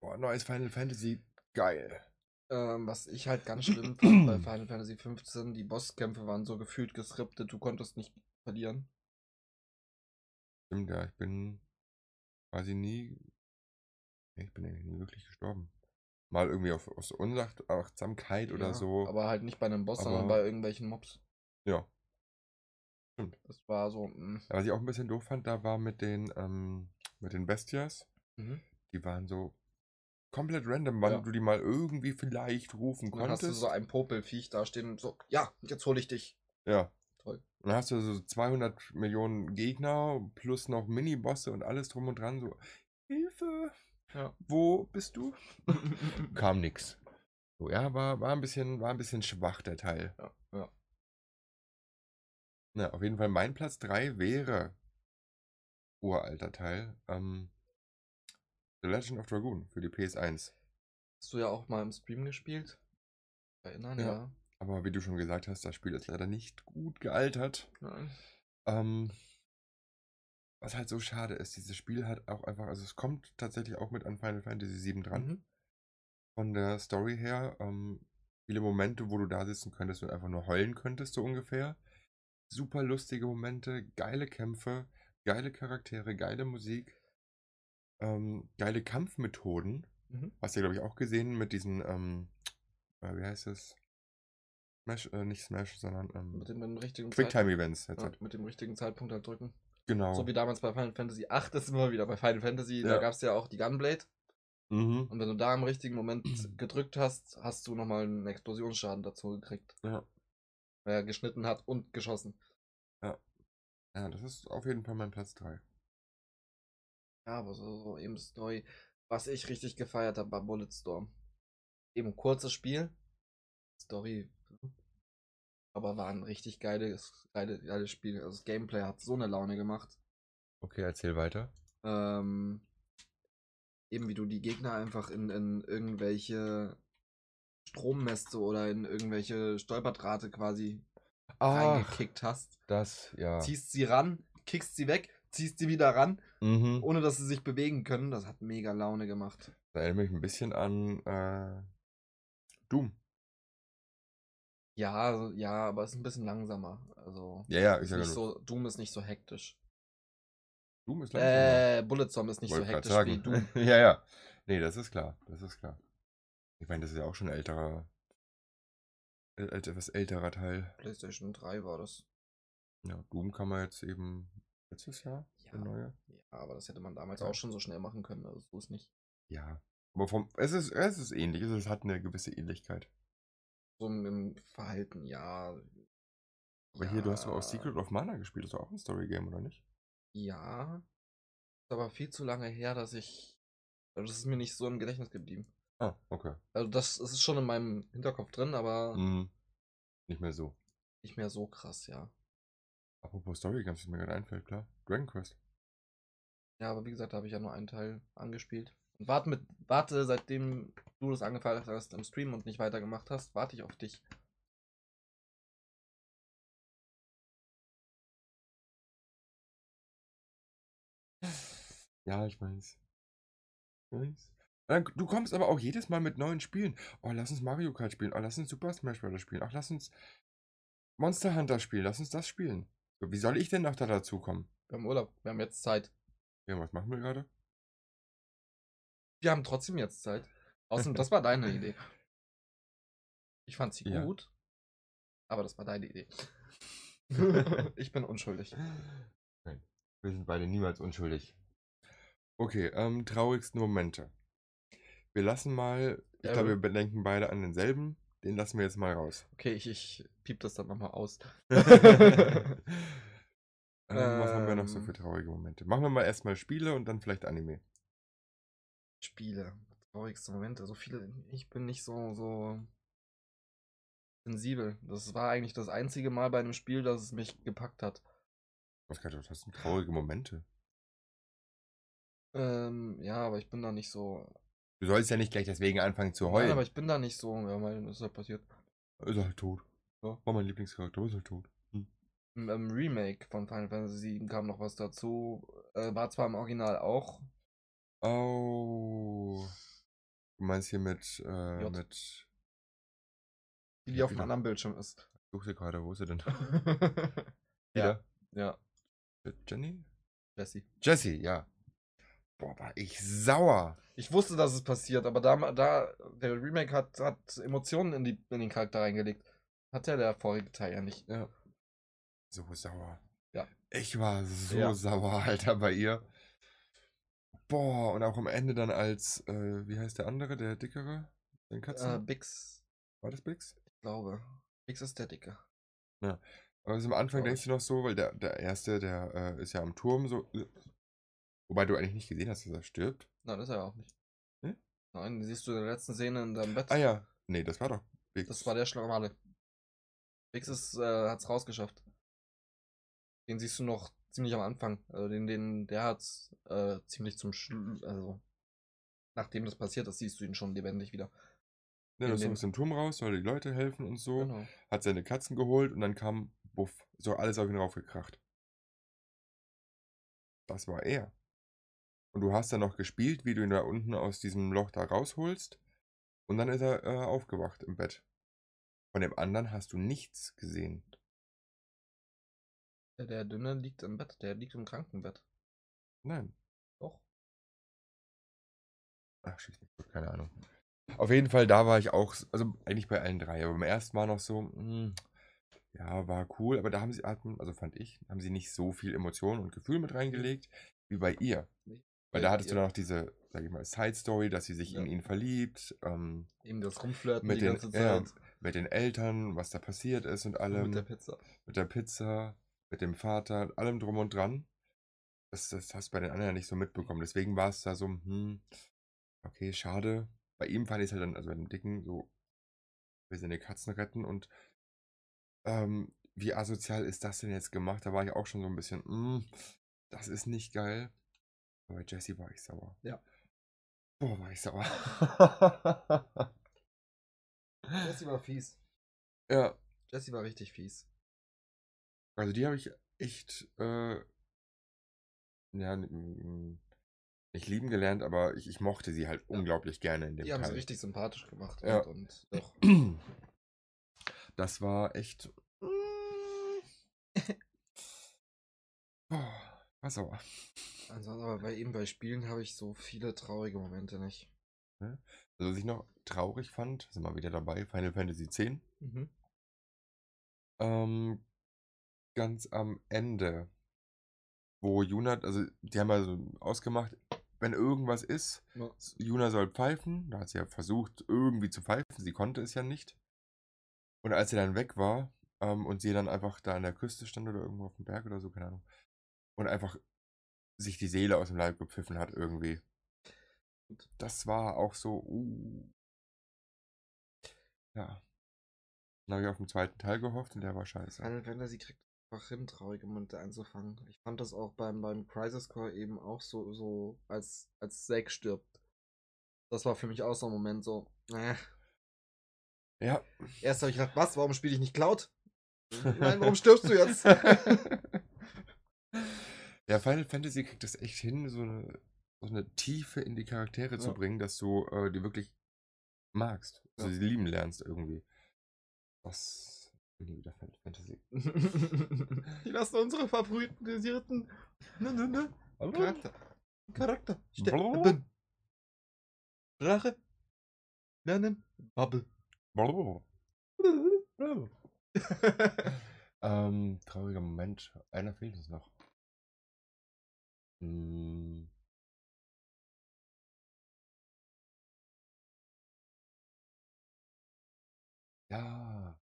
[SPEAKER 3] Boah, neues Final Fantasy, geil.
[SPEAKER 4] Ähm, was ich halt
[SPEAKER 3] [clears throat]
[SPEAKER 4] ganz schlimm fand bei Final Fantasy 15, die Bosskämpfe waren so gefühlt gescriptet, du konntest nicht verlieren.
[SPEAKER 3] Stimmt, ja, ich bin quasi nie. nee, Ich bin eigentlich nie wirklich gestorben. Mal irgendwie auf, aus Unachtsamkeit oder
[SPEAKER 4] Ja,
[SPEAKER 3] so.
[SPEAKER 4] Aber halt nicht bei einem Boss, sondern
[SPEAKER 3] Aber-
[SPEAKER 4] bei irgendwelchen Mobs.
[SPEAKER 3] ja.
[SPEAKER 4] Das war so. mm,
[SPEAKER 3] Was ich auch ein bisschen doof fand, da war mit den, ähm, mit den Bestias.
[SPEAKER 4] Mhm.
[SPEAKER 3] Die waren so komplett random, wann
[SPEAKER 4] Ja.
[SPEAKER 3] du die mal irgendwie vielleicht rufen
[SPEAKER 4] Und dann hast
[SPEAKER 3] konntest.
[SPEAKER 4] du so ein Popelfiech da stehen, so, ja, jetzt hole ich dich.
[SPEAKER 3] ja.
[SPEAKER 4] Toll.
[SPEAKER 3] Dann hast du so 200 Millionen Gegner plus noch Minibosse und alles drum und dran. So, Hilfe!
[SPEAKER 4] Ja.
[SPEAKER 3] Wo bist
[SPEAKER 4] [laughs]
[SPEAKER 3] du? Kam nix. So, ja, war, war, ein bisschen, war ein bisschen schwach, der Teil.
[SPEAKER 4] ja, ja.
[SPEAKER 3] Na, auf jeden Fall, mein Platz 3 wäre uralter Teil. Ähm, The Legend of Dragoon für die PS1.
[SPEAKER 4] Hast du ja auch mal im Stream gespielt. Erinnern,
[SPEAKER 3] Ja.
[SPEAKER 4] ja.
[SPEAKER 3] Aber wie du schon gesagt hast, das Spiel ist leider nicht gut gealtert.
[SPEAKER 4] Nein.
[SPEAKER 3] Ähm, was halt so schade ist, dieses Spiel hat auch einfach, also es kommt tatsächlich auch mit an Final Fantasy VII dran.
[SPEAKER 4] Mhm.
[SPEAKER 3] Von der Story her, ähm, viele Momente, wo du da sitzen könntest und einfach nur heulen könntest, so ungefähr. Super lustige Momente, geile Kämpfe, geile Charaktere, geile Musik, ähm, geile Kampfmethoden.
[SPEAKER 4] Mhm.
[SPEAKER 3] Hast du, glaube ich, auch gesehen mit diesen, ähm, äh, wie heißt es? Smash, äh, nicht Smash, sondern ähm,
[SPEAKER 4] Mit dem, mit dem richtigen
[SPEAKER 3] Quicktime-Events. jetzt
[SPEAKER 4] Ja,
[SPEAKER 3] halt.
[SPEAKER 4] mit dem richtigen Zeitpunkt halt drücken.
[SPEAKER 3] Genau.
[SPEAKER 4] So wie damals bei Final Fantasy 8 ist immer wieder bei Final Fantasy, da
[SPEAKER 3] Ja.
[SPEAKER 4] gab es ja auch die Gunblade.
[SPEAKER 3] mhm.
[SPEAKER 4] Und wenn du da im richtigen Moment gedrückt hast, hast du nochmal einen Explosionsschaden dazu gekriegt.
[SPEAKER 3] Ja.
[SPEAKER 4] Weil er geschnitten hat und geschossen.
[SPEAKER 3] Ja, das ist auf jeden Fall mein Platz 3.
[SPEAKER 4] Ja, aber so, so eben Story. Was ich richtig gefeiert habe, war Bulletstorm. Eben kurzes Spiel. Story. ne? Aber war ein richtig geiles, geiles, geiles Spiel. Also das Gameplay hat so eine Laune gemacht.
[SPEAKER 3] Okay, erzähl weiter.
[SPEAKER 4] Ähm, eben wie du die Gegner einfach in, in irgendwelche Strommäste oder in irgendwelche Stolperdrahte quasi
[SPEAKER 3] Ach,
[SPEAKER 4] reingekickt hast.
[SPEAKER 3] das, ja.
[SPEAKER 4] Ziehst sie ran, kickst sie weg, ziehst sie wieder ran,
[SPEAKER 3] Mhm.
[SPEAKER 4] ohne dass sie sich bewegen können. Das hat mega Laune gemacht.
[SPEAKER 3] Das erinnert mich ein bisschen an äh, Doom.
[SPEAKER 4] Ja, also- ja, aber es ist ein bisschen langsamer. Also
[SPEAKER 3] Ja, ja, ich
[SPEAKER 4] ist
[SPEAKER 3] sage
[SPEAKER 4] nicht
[SPEAKER 3] so,
[SPEAKER 4] so, Doom ist nicht so hektisch.
[SPEAKER 3] Doom ist langsamer.
[SPEAKER 4] Äh, Bulletstorm ist nicht so
[SPEAKER 3] Wollte grad
[SPEAKER 4] hektisch wie Doom.
[SPEAKER 3] [laughs] ja, ja. Nee, das ist klar. Das ist klar. Ich meine, das ist ja auch schon ein älterer, äh, ält- etwas älterer Teil.
[SPEAKER 4] PlayStation 3 war das.
[SPEAKER 3] Ja, Doom kann man jetzt eben letztes Jahr,
[SPEAKER 4] Ja,
[SPEAKER 3] der neue.
[SPEAKER 4] ja aber das hätte man damals
[SPEAKER 3] Ja.
[SPEAKER 4] auch schon so schnell machen können. Also so ist nicht.
[SPEAKER 3] Ja. Aber vom, es ist, es ist ähnlich. Es hat eine gewisse Ähnlichkeit.
[SPEAKER 4] So im- im Verhalten, ja.
[SPEAKER 3] Aber hier, du hast doch auch
[SPEAKER 4] Ja,
[SPEAKER 3] Secret of Mana gespielt. Das ist doch auch ein Story-Game, oder nicht?
[SPEAKER 4] Ja. Ist aber viel zu lange her, dass ich. Also das ist mir nicht so im Gedächtnis geblieben.
[SPEAKER 3] Ah, okay.
[SPEAKER 4] Also das, das ist schon in meinem Hinterkopf drin, aber
[SPEAKER 3] Mhm. Nicht mehr so.
[SPEAKER 4] nicht mehr so krass, ja.
[SPEAKER 3] Apropos Storygames, was mir gerade einfällt, klar. Dragon Quest.
[SPEAKER 4] Ja, aber wie gesagt, da habe ich ja nur einen Teil angespielt. Und warte, mit, warte, seitdem du das angefangen hast im Stream und nicht weitergemacht hast, warte ich auf dich.
[SPEAKER 3] Ja, ich weiß. Ich weiß. Dann- Du kommst aber auch jedes Mal mit neuen Spielen. Oh, lass uns Mario Kart spielen. Oh, lass uns Super Smash Bros. spielen. Ach, lass uns Monster Hunter spielen. Lass uns das spielen. So, wie soll ich denn noch da dazukommen?
[SPEAKER 4] Wir haben Urlaub, wir haben jetzt Zeit.
[SPEAKER 3] Ja, was machen wir gerade? [laughs]
[SPEAKER 4] Wir haben trotzdem jetzt Zeit. Außerdem, das war deine Idee. Ich fand sie
[SPEAKER 3] Ja.
[SPEAKER 4] gut, aber das war deine
[SPEAKER 3] [laughs]
[SPEAKER 4] Idee. ich bin unschuldig.
[SPEAKER 3] Nein, wir sind beide niemals unschuldig. Okay, ähm, traurigsten Momente. Wir lassen mal, ich glaube, wir
[SPEAKER 4] Daryl?
[SPEAKER 3] bedenken beide an denselben. Den lassen wir jetzt mal raus.
[SPEAKER 4] Okay, ich, ich piep das dann nochmal aus. [laughs]
[SPEAKER 3] [laughs] ähm, was haben wir noch so
[SPEAKER 4] Ähm.
[SPEAKER 3] für traurige Momente? Machen wir mal erstmal Spiele und dann vielleicht Anime.
[SPEAKER 4] Spiele. Traurigste Momente. So viele. Ich bin nicht so, so sensibel. Das war eigentlich das einzige Mal bei einem Spiel, dass es mich gepackt hat.
[SPEAKER 3] Was kann das? Hast du traurige Momente?
[SPEAKER 4] Ähm, ja, aber ich bin da nicht so.
[SPEAKER 3] Du sollst ja nicht gleich deswegen anfangen zu
[SPEAKER 4] Nein,
[SPEAKER 3] heulen.
[SPEAKER 4] aber ich bin da nicht so. Ja, mein, ist halt passiert.
[SPEAKER 3] ist er halt tot.
[SPEAKER 4] Ja.
[SPEAKER 3] War mein Lieblingscharakter, ist er tot. Hm.
[SPEAKER 4] Im, im ähm, Remake von Final Fantasy VII kam noch was dazu. Äh, war zwar im Original auch.
[SPEAKER 3] Oh. Du meinst hier mit, äh,
[SPEAKER 4] J.
[SPEAKER 3] mit.
[SPEAKER 4] Die, die
[SPEAKER 3] Ja,
[SPEAKER 4] auf einem
[SPEAKER 3] wieder.
[SPEAKER 4] anderen Bildschirm ist.
[SPEAKER 3] Such sie gerade, wo ist sie denn?
[SPEAKER 4] ja.
[SPEAKER 3] Wieder?
[SPEAKER 4] Ja,
[SPEAKER 3] Jenny?
[SPEAKER 4] Jesse.
[SPEAKER 3] Jesse, ja. Boah, war ich sauer.
[SPEAKER 4] Ich wusste, dass es passiert, aber da, da der Remake hat, hat Emotionen in, die, in den Charakter reingelegt. Hat ja der vorige Teil ja nicht.
[SPEAKER 3] Ja. So sauer.
[SPEAKER 4] Ja.
[SPEAKER 3] Ich war so
[SPEAKER 4] Ja.
[SPEAKER 3] sauer, [laughs] Alter, bei ihr. Boah, und auch am Ende dann als, äh, wie heißt der andere, der dickere? Den
[SPEAKER 4] Äh,
[SPEAKER 3] Katzen?
[SPEAKER 4] Bix,
[SPEAKER 3] war das Bix?
[SPEAKER 4] ich glaube. Bix ist der Dicke.
[SPEAKER 3] Also am Anfang
[SPEAKER 4] glaub
[SPEAKER 3] denkst du noch so, weil der, der erste, der äh, ist ja am Turm so. Wobei du eigentlich nicht gesehen hast, dass er stirbt.
[SPEAKER 4] Nein, ist er ja auch nicht.
[SPEAKER 3] Hm?
[SPEAKER 4] Nein, die siehst du in der letzten Szene in deinem Bett.
[SPEAKER 3] Ah ja. Nee, das war doch Bix.
[SPEAKER 4] Das war der Schlamale. Bix ist, äh, hat's rausgeschafft. Den siehst du noch ziemlich am Anfang. Also den, den, der hat's äh, ziemlich zum Schluss, also nachdem das passiert ist, siehst du ihn schon lebendig wieder.
[SPEAKER 3] ja, Ne, das
[SPEAKER 4] in
[SPEAKER 3] ist
[SPEAKER 4] dem-
[SPEAKER 3] aus dem Turm raus, soll die Leute helfen und so.
[SPEAKER 4] Genau.
[SPEAKER 3] Hat seine Katzen geholt und dann kam, buff, so alles auf ihn raufgekracht. Das war er. Und du hast dann noch gespielt, wie du ihn da unten aus diesem Loch da rausholst. Und dann ist er äh, aufgewacht im Bett. Von dem anderen hast du nichts gesehen.
[SPEAKER 4] Der, der Dünne liegt im Bett, der liegt im Krankenbett.
[SPEAKER 3] Nein.
[SPEAKER 4] Doch.
[SPEAKER 3] Ach, schieß mich tot, keine Ahnung. Auf jeden Fall, da war ich auch, s- also eigentlich bei allen drei, aber beim ersten Mal noch so, mm, ja, war cool, aber da haben sie, hatten, also fand ich, haben sie nicht so viel Emotionen und Gefühl mit reingelegt, wie bei ihr. Weil da
[SPEAKER 4] Bei
[SPEAKER 3] hattest du
[SPEAKER 4] ihr.
[SPEAKER 3] dann noch diese, sag ich mal, Side-Story, dass sie sich in
[SPEAKER 4] Ja.
[SPEAKER 3] ihn verliebt, ähm,
[SPEAKER 4] Eben das Rumflirten
[SPEAKER 3] Mit
[SPEAKER 4] die
[SPEAKER 3] den-
[SPEAKER 4] ganze
[SPEAKER 3] ja,
[SPEAKER 4] Zeit.
[SPEAKER 3] mit den Eltern, was da passiert ist und allem,
[SPEAKER 4] mit der Pizza.
[SPEAKER 3] mit der Pizza, mit dem Vater, allem drum und dran. Das, das hast du bei den anderen nicht so mitbekommen. Deswegen war es da so, hm, okay, schade. Bei ihm fand ich es halt dann, also bei dem Dicken, so, will seine Katzen retten und ähm, wie asozial ist das denn jetzt gemacht? Da war ich auch schon so ein bisschen, hm, das ist nicht geil. Aber bei Jesse war ich sauer.
[SPEAKER 4] Ja.
[SPEAKER 3] Boah, war ich sauer.
[SPEAKER 4] Jesse war fies.
[SPEAKER 3] ja,
[SPEAKER 4] Jesse war richtig fies.
[SPEAKER 3] Also die habe ich echt, äh, ja, n- n- nicht lieben gelernt, aber ich, ich mochte sie halt unglaublich gerne in dem
[SPEAKER 4] Die haben sie
[SPEAKER 3] Teil.
[SPEAKER 4] richtig sympathisch gemacht.
[SPEAKER 3] Ja.
[SPEAKER 4] Und, und doch.
[SPEAKER 3] [clears throat] Das war echt. mm. [sighs] Boah, war sauer.
[SPEAKER 4] Ansonsten aber bei eben bei Spielen habe ich so viele traurige Momente nicht.
[SPEAKER 3] Also was ich noch traurig fand, sind wir wieder dabei, Final Fantasy X.
[SPEAKER 4] Mhm.
[SPEAKER 3] Ähm, ganz am Ende, wo Juna, also die haben ja so ausgemacht, wenn irgendwas ist,
[SPEAKER 4] Ja.
[SPEAKER 3] Juna soll pfeifen. Da hat sie ja versucht, irgendwie zu pfeifen. Sie konnte es ja nicht. Und als sie dann weg war ähm, und sie dann einfach da an der Küste stand oder irgendwo auf dem Berg oder so, keine Ahnung, und einfach sich die Seele aus dem Leib gepfiffen hat irgendwie. Das war auch so, uh. Ja. Dann habe ich auf den zweiten Teil gehofft und der war scheiße.
[SPEAKER 4] Final Fantasy kriegt einfach hin, traurige Momente einzufangen. Ich fand das auch beim, beim Crisis Core eben auch so, so als, als Zack stirbt. Das war für mich auch so ein Moment so. Äh.
[SPEAKER 3] Ja.
[SPEAKER 4] Erst habe ich gedacht, was, warum spiele ich nicht [laughs] Cloud? Nein, warum stirbst du jetzt? [laughs]
[SPEAKER 3] ja, Final Fantasy kriegt das echt hin, so eine, so eine Tiefe in die Charaktere zu
[SPEAKER 4] Ja.
[SPEAKER 3] bringen, dass du äh, die wirklich magst. Also
[SPEAKER 4] Ja.
[SPEAKER 3] sie lieben lernst irgendwie. Das. Ich liebe wieder Final Fantasy.
[SPEAKER 4] [laughs] Die lassen unsere favorisierten
[SPEAKER 3] Ne, ne, ne.
[SPEAKER 4] Charakter. Charakter.
[SPEAKER 3] Blablabla.
[SPEAKER 4] Sterben. Rache. Lernen. Bubble.
[SPEAKER 3] Blablabla. Ähm, trauriger Moment. Einer fehlt uns noch. Hm. Ja.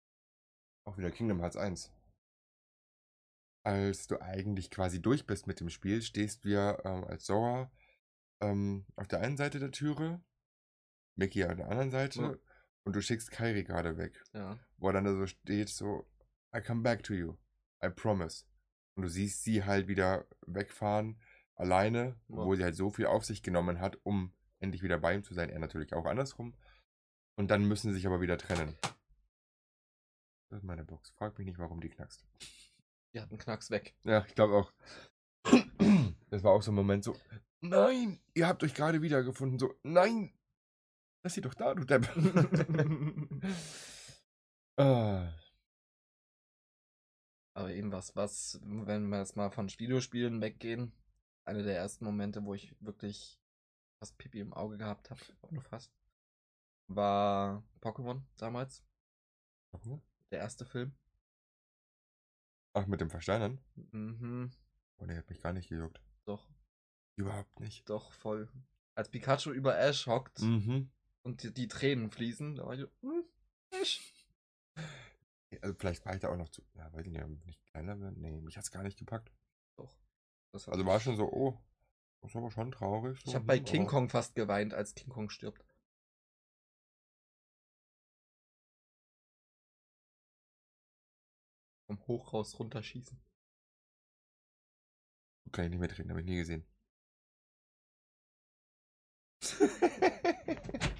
[SPEAKER 3] Auch wieder Kingdom Hearts 1. Als du eigentlich quasi durch bist mit dem Spiel, stehst du ja ähm, als Sora ähm, auf der einen Seite der Türe, Mickey auf der anderen Seite
[SPEAKER 4] Ja.
[SPEAKER 3] und du schickst Kairi gerade weg
[SPEAKER 4] ja.
[SPEAKER 3] wo er dann da so steht, so, I come back to you, I promise. Und du siehst sie halt wieder wegfahren, alleine,
[SPEAKER 4] Ja.
[SPEAKER 3] obwohl sie halt so viel auf sich genommen hat, um endlich wieder bei ihm zu sein, er natürlich auch andersrum. Und dann müssen sie sich aber wieder trennen. Das ist meine Box. Frag mich nicht, warum die knackst.
[SPEAKER 4] Die hatten Knacks weg.
[SPEAKER 3] Ja, ich glaube auch. [clears throat] Das war auch so ein Moment so, nein, ihr habt euch gerade wiedergefunden. So, nein, lass sie doch da, du [laughs] Depp. ah.
[SPEAKER 4] Aber eben was, was, wenn wir jetzt mal von Videospielen weggehen, einer der ersten Momente, wo ich wirklich fast Pipi im Auge gehabt habe, auch nur fast, war Pokémon damals, der erste Film.
[SPEAKER 3] Ach, mit dem Versteinern?
[SPEAKER 4] Mhm,
[SPEAKER 3] Oh, der hat mich gar nicht gejuckt.
[SPEAKER 4] doch,
[SPEAKER 3] Überhaupt nicht.
[SPEAKER 4] doch, voll. Als Pikachu über Ash hockt
[SPEAKER 3] Mhm.
[SPEAKER 4] und die, die Tränen fließen, da war ich so, "Hm, Ash.
[SPEAKER 3] Also vielleicht war ich da auch noch zu. Ja, weiß ich nicht, ob ich nicht kleiner bin. Nee, mich hat's gar nicht gepackt.
[SPEAKER 4] Doch. Das hat
[SPEAKER 3] Also
[SPEAKER 4] mich-
[SPEAKER 3] war schon so, oh, das ist aber schon traurig. So,
[SPEAKER 4] Ich habe bei
[SPEAKER 3] hm,
[SPEAKER 4] King
[SPEAKER 3] aber-
[SPEAKER 4] Kong fast geweint, als King Kong stirbt. Vom Hochhaus runterschießen.
[SPEAKER 3] Kann ich nicht mitreden, habe ich nie gesehen. [laughs]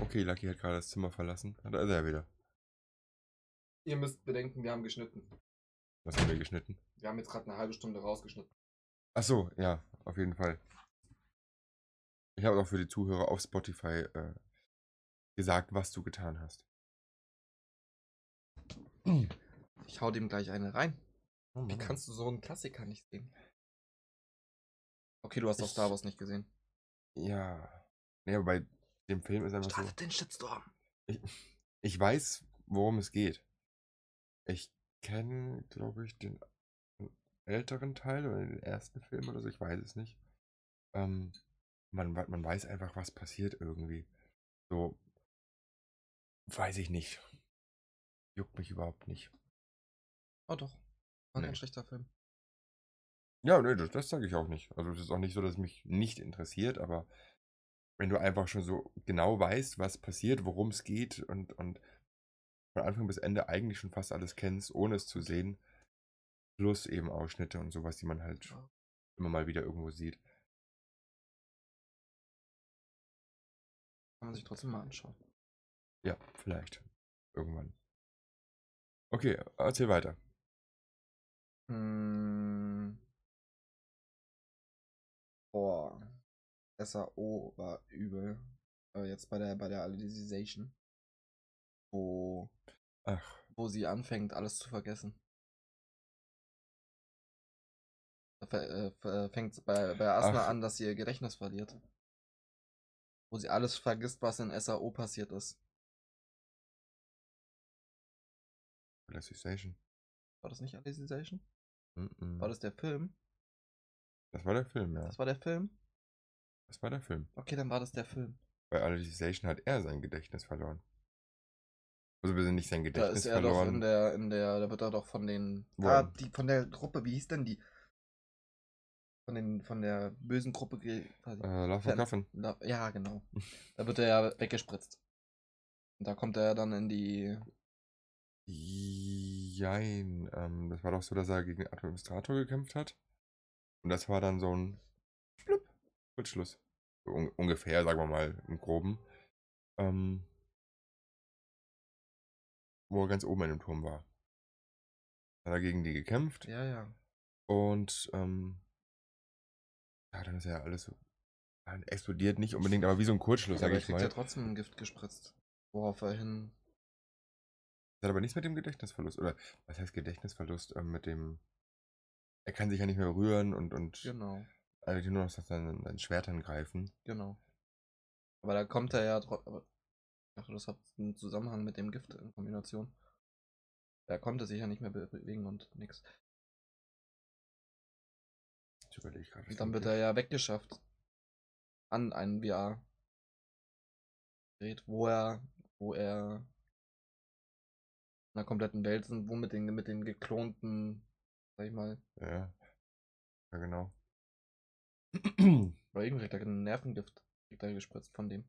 [SPEAKER 3] okay, Lucky hat gerade das Zimmer verlassen. Da ist er wieder.
[SPEAKER 4] Ihr müsst bedenken, wir haben geschnitten.
[SPEAKER 3] Was haben wir geschnitten?
[SPEAKER 4] Wir haben jetzt gerade eine halbe Stunde rausgeschnitten.
[SPEAKER 3] Ach so, ja, auf jeden Fall. Ich habe auch für die Zuhörer auf Spotify äh, gesagt, was du getan hast.
[SPEAKER 4] Ich hau dem gleich eine rein.
[SPEAKER 3] Oh
[SPEAKER 4] Wie
[SPEAKER 3] Mann.
[SPEAKER 4] kannst du so einen Klassiker nicht sehen? Okay, du hast doch
[SPEAKER 3] Ich-
[SPEAKER 4] Star Wars nicht gesehen.
[SPEAKER 3] Ja. Nee, aber bei dem Film ist einfach so.
[SPEAKER 4] Startet den Shitstorm.
[SPEAKER 3] Ich weiß, worum es geht. Ich kenne, glaube ich, den älteren Teil oder den ersten Film oder so, ich weiß es nicht. Ähm, man, we- man weiß einfach, was passiert irgendwie. So, weiß ich nicht. Juckt mich überhaupt nicht.
[SPEAKER 4] Oh doch. War
[SPEAKER 3] Nee.
[SPEAKER 4] kein schlechter Film.
[SPEAKER 3] Ja, nee, das, das sage ich auch nicht. Also es ist auch nicht so, dass es mich nicht interessiert, aber wenn du einfach schon so genau weißt, was passiert, worum es geht und, und von Anfang bis Ende eigentlich schon fast alles kennst, ohne es zu sehen, plus eben Ausschnitte und sowas, die man halt
[SPEAKER 4] Ja.
[SPEAKER 3] immer mal wieder irgendwo sieht.
[SPEAKER 4] Kann man sich trotzdem mal anschauen.
[SPEAKER 3] Ja, vielleicht. Irgendwann. Okay, erzähl weiter.
[SPEAKER 4] Mm. Boah. SAO war übel. Aber jetzt bei der bei der Alicization. Wo,
[SPEAKER 3] Ach,
[SPEAKER 4] wo sie anfängt, alles zu vergessen. Da ver- äh, ver- Fängt bei, bei Asna
[SPEAKER 3] Ach.
[SPEAKER 4] an, dass sie ihr Gedächtnis verliert. Wo sie alles vergisst, was in SAO passiert ist.
[SPEAKER 3] Civilization.
[SPEAKER 4] War das nicht Alicization?
[SPEAKER 3] Mm-mm.
[SPEAKER 4] War das der Film?
[SPEAKER 3] Das war der Film, ja.
[SPEAKER 4] Das war der Film?
[SPEAKER 3] Das war der Film.
[SPEAKER 4] Okay, dann war das der Film.
[SPEAKER 3] Bei Alicization hat er sein Gedächtnis verloren. Also wir sind nicht sein
[SPEAKER 4] Da
[SPEAKER 3] Gedächtnis
[SPEAKER 4] ist er
[SPEAKER 3] verloren.
[SPEAKER 4] doch in der, in der, da wird er doch von den,
[SPEAKER 3] Wo?
[SPEAKER 4] ah, die, von der Gruppe, wie hieß denn die? Von den, von der bösen Gruppe, ge- quasi.
[SPEAKER 3] Äh, Love
[SPEAKER 4] Fan-
[SPEAKER 3] and Coffin.
[SPEAKER 4] Da- ja, genau. Da wird er ja weggespritzt. Und da kommt er ja dann in die,
[SPEAKER 3] Jein. Ähm, das war doch so, dass er gegen den Administrator gekämpft hat. Und das war dann so ein Blub, Kurzschluss. So un ungefähr, sagen wir mal, im Groben. Ähm, wo er ganz oben in dem Turm war. Hat er gegen die gekämpft.
[SPEAKER 4] ja, ja.
[SPEAKER 3] Und ähm, ja, dann ist ja alles so. ja, Explodiert nicht unbedingt, aber wie so ein Kurzschluss,
[SPEAKER 4] aber
[SPEAKER 3] sage
[SPEAKER 4] er
[SPEAKER 3] ich
[SPEAKER 4] kriegt
[SPEAKER 3] mal.
[SPEAKER 4] ja
[SPEAKER 3] Das
[SPEAKER 4] trotzdem ein Gift gespritzt. Worauf er hin,
[SPEAKER 3] hat aber nichts mit dem Gedächtnisverlust. Oder was heißt Gedächtnisverlust? Ähm, mit dem. Er kann sich ja nicht mehr rühren und, und
[SPEAKER 4] genau.
[SPEAKER 3] alle, die nur noch nach seinen, seinen Schwertern greifen.
[SPEAKER 4] Genau. Aber da kommt er ja trotz. Aber ich dachte, das hat einen Zusammenhang mit dem Gift in Kombination. Da konnte sich ja nicht mehr bewegen und nix.
[SPEAKER 3] Ich überlege gerade.
[SPEAKER 4] Und dann wird er ja weggeschafft. An einen VR. Gerät, wo er, wo er in einer kompletten Welt sind, wo mit den, mit den geklonten, sag ich mal,
[SPEAKER 3] Ja. Ja, genau. [clears throat]
[SPEAKER 4] oder irgendwie kriegt er ein Nervengift, kriegt er gespritzt von dem.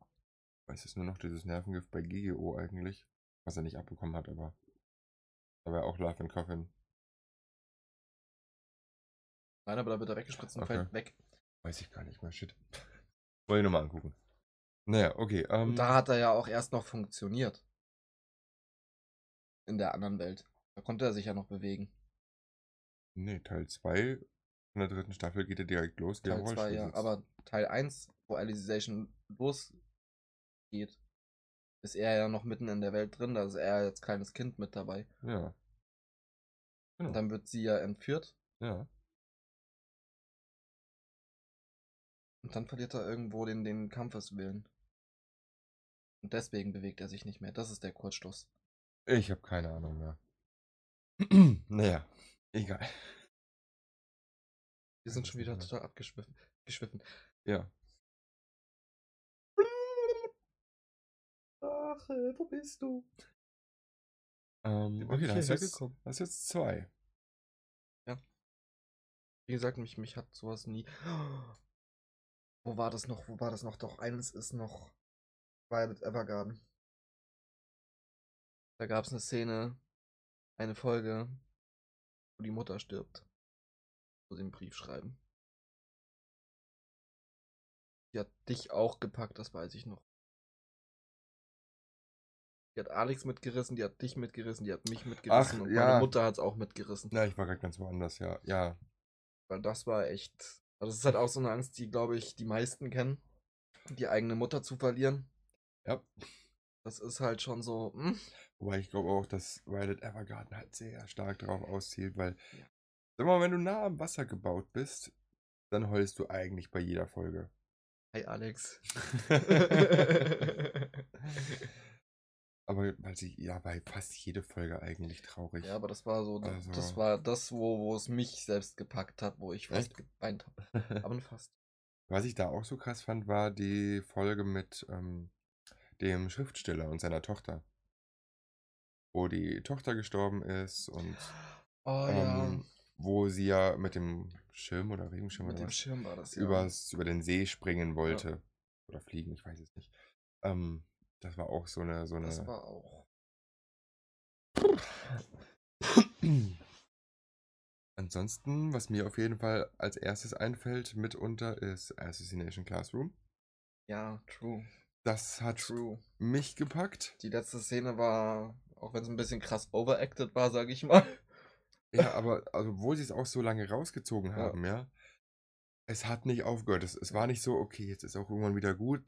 [SPEAKER 3] Weiß jetzt nur noch dieses Nervengift bei GGO eigentlich. Was er nicht abbekommen hat, aber. Da war auch Love and Coffin.
[SPEAKER 4] Nein, aber da wird er weggespritzt und
[SPEAKER 3] Okay.
[SPEAKER 4] fällt weg.
[SPEAKER 3] Weiß ich gar nicht mehr, shit. [laughs] Wollte ich nochmal angucken. Naja, okay. Ähm,
[SPEAKER 4] Und da hat er ja auch erst noch funktioniert. In der anderen Welt. Da konnte er sich ja noch bewegen.
[SPEAKER 3] Nee, Teil 2 von der dritten Staffel geht er direkt los. der
[SPEAKER 4] Teil
[SPEAKER 3] im
[SPEAKER 4] 2,
[SPEAKER 3] Rollstuhl
[SPEAKER 4] ja.
[SPEAKER 3] sitzt.
[SPEAKER 4] Aber Teil 1, wo Alicization losgeht, ist er ja noch mitten in der Welt drin. Da ist er jetzt kleines Kind mit dabei.
[SPEAKER 3] Ja,
[SPEAKER 4] Und dann wird sie ja entführt.
[SPEAKER 3] ja.
[SPEAKER 4] Und dann verliert er irgendwo den, den Kampfeswillen. Und deswegen bewegt er sich nicht mehr. Das ist der Kurzschluss.
[SPEAKER 3] Ich habe keine Ahnung mehr. [clears throat] naja, egal.
[SPEAKER 4] Wir
[SPEAKER 3] Ja,
[SPEAKER 4] sind
[SPEAKER 3] das
[SPEAKER 4] schon wieder
[SPEAKER 3] ist
[SPEAKER 4] total abgeschwiffen. Geschwiffen.
[SPEAKER 3] Ja.
[SPEAKER 4] Ach, wo bist du?
[SPEAKER 3] Ähm,
[SPEAKER 4] Wie bin
[SPEAKER 3] okay,
[SPEAKER 4] ich
[SPEAKER 3] dann hast du
[SPEAKER 4] hierher
[SPEAKER 3] jetzt,
[SPEAKER 4] gekommen?
[SPEAKER 3] hast du jetzt zwei.
[SPEAKER 4] Wie gesagt, mich, mich hat sowas nie. Wo war das noch? Wo war das noch? Doch, eines ist noch Violet Evergarden. Da gab es eine Szene, eine Folge, wo die Mutter stirbt. Wo sie einen Brief schreiben. Die hat dich auch gepackt, das weiß ich noch. Die hat Alex mitgerissen, die hat dich mitgerissen, die hat mich mitgerissen und
[SPEAKER 3] ja.
[SPEAKER 4] meine Mutter hat's auch mitgerissen.
[SPEAKER 3] Na, ich war gerade ganz woanders, ja. Ja,
[SPEAKER 4] Weil das war echt. Also das ist halt auch so eine Angst, die, glaube ich, die meisten kennen. Die eigene Mutter zu verlieren.
[SPEAKER 3] ja.
[SPEAKER 4] Das ist halt schon so. Hm?
[SPEAKER 3] Wobei ich glaube auch, dass Violet Evergarden halt sehr stark darauf auszielt, weil, sag mal, wenn du nah am Wasser gebaut bist, dann heulst du eigentlich bei jeder
[SPEAKER 4] [laughs]
[SPEAKER 3] Folge.
[SPEAKER 4] Hi Alex.
[SPEAKER 3] Aber weil sie, ja, bei fast jede Folge eigentlich traurig.
[SPEAKER 4] ja, aber das war so.
[SPEAKER 3] Also-
[SPEAKER 4] Das war das, wo, wo es mich selbst gepackt hat, wo ich fast geweint habe.
[SPEAKER 3] [laughs]
[SPEAKER 4] Aber nur fast.
[SPEAKER 3] Was ich da auch so krass fand, war die Folge mit ähm, dem Schriftsteller und seiner Tochter. Wo die Tochter gestorben ist und
[SPEAKER 4] Oh
[SPEAKER 3] ähm, wo sie ja mit dem Schirm oder
[SPEAKER 4] ja.
[SPEAKER 3] Regenschirm
[SPEAKER 4] Mit
[SPEAKER 3] oder
[SPEAKER 4] dem
[SPEAKER 3] was
[SPEAKER 4] Schirm war das.
[SPEAKER 3] übers, über den See springen wollte. Oder fliegen, ich weiß es nicht. Ähm, das war auch so eine, so
[SPEAKER 4] ja.
[SPEAKER 3] eine.
[SPEAKER 4] Das war auch.
[SPEAKER 3] [clears throat] Ansonsten, was mir auf jeden Fall als erstes einfällt, mitunter ist Assassination Classroom.
[SPEAKER 4] Ja, true.
[SPEAKER 3] Das hat
[SPEAKER 4] True.
[SPEAKER 3] mich gepackt.
[SPEAKER 4] Die letzte Szene war, auch wenn es ein bisschen krass overacted war, sage ich mal. [laughs]
[SPEAKER 3] Ja, aber also, obwohl sie es auch so lange rausgezogen
[SPEAKER 4] Ja.
[SPEAKER 3] haben, ja, es hat nicht aufgehört. Es, es war nicht so, okay, jetzt ist auch irgendwann wieder gut.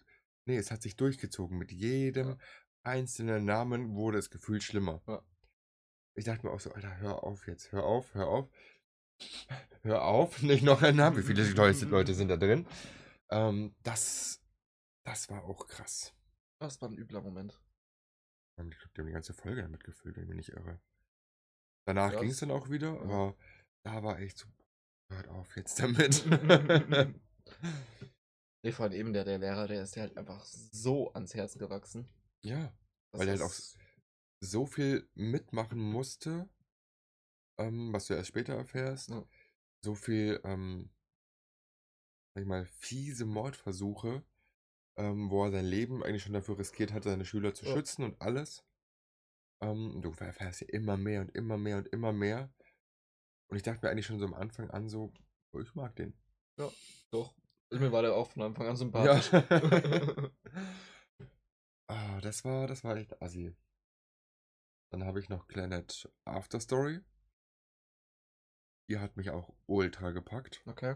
[SPEAKER 3] Nee, es hat sich durchgezogen. Mit jedem
[SPEAKER 4] Ja.
[SPEAKER 3] einzelnen Namen wurde es gefühlt schlimmer.
[SPEAKER 4] Ja.
[SPEAKER 3] Ich dachte mir auch so, Alter, hör auf jetzt, hör auf, hör auf. [laughs] Hör auf, nicht noch ein Name. Wie viele Leute,
[SPEAKER 4] [laughs]
[SPEAKER 3] Leute sind da drin? Ähm, das, das war auch krass.
[SPEAKER 4] Das war ein übler Moment.
[SPEAKER 3] Ähm, Ich glaube, die haben die ganze Folge damit gefüllt, wenn ich mich nicht irre. Danach
[SPEAKER 4] Ja,
[SPEAKER 3] ging es
[SPEAKER 4] das-
[SPEAKER 3] dann auch wieder,
[SPEAKER 4] ja.
[SPEAKER 3] aber da war echt so, hört auf jetzt damit. [laughs]
[SPEAKER 4] Nee, vor allem eben der, der Lehrer, der ist dir halt einfach so ans Herz gewachsen.
[SPEAKER 3] ja, Weil der halt auch
[SPEAKER 4] ist-
[SPEAKER 3] so viel mitmachen musste, ähm, was du erst später erfährst.
[SPEAKER 4] Ja.
[SPEAKER 3] So viel, ähm, sag ich mal, fiese Mordversuche, ähm, wo er sein Leben eigentlich schon dafür riskiert hatte, seine Schüler zu
[SPEAKER 4] Ja.
[SPEAKER 3] schützen und alles. Ähm, und du erfährst ja immer mehr und immer mehr und immer mehr. Und ich dachte mir eigentlich schon so am Anfang an so, oh, ich mag den.
[SPEAKER 4] Doch. Mir war der auch von Anfang an
[SPEAKER 3] Ja.
[SPEAKER 4] sympathisch.
[SPEAKER 3] ah, das war, das war echt assi. Dann habe ich noch Planet After Story. Die hat mich auch ultra gepackt.
[SPEAKER 4] Okay.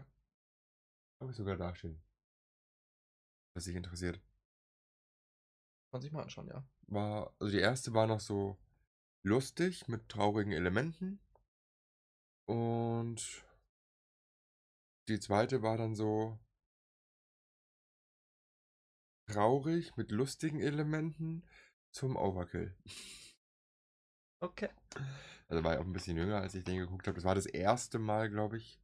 [SPEAKER 3] Habe ich sogar dastehen. Was sich interessiert.
[SPEAKER 4] Kann sich mal anschauen, ja.
[SPEAKER 3] War, also die erste war noch so lustig mit traurigen Elementen. Und die zweite war dann so traurig mit lustigen Elementen zum Overkill.
[SPEAKER 4] Okay.
[SPEAKER 3] Also war ich auch ein bisschen jünger, als ich den geguckt habe. Das war das erste Mal, glaube ich.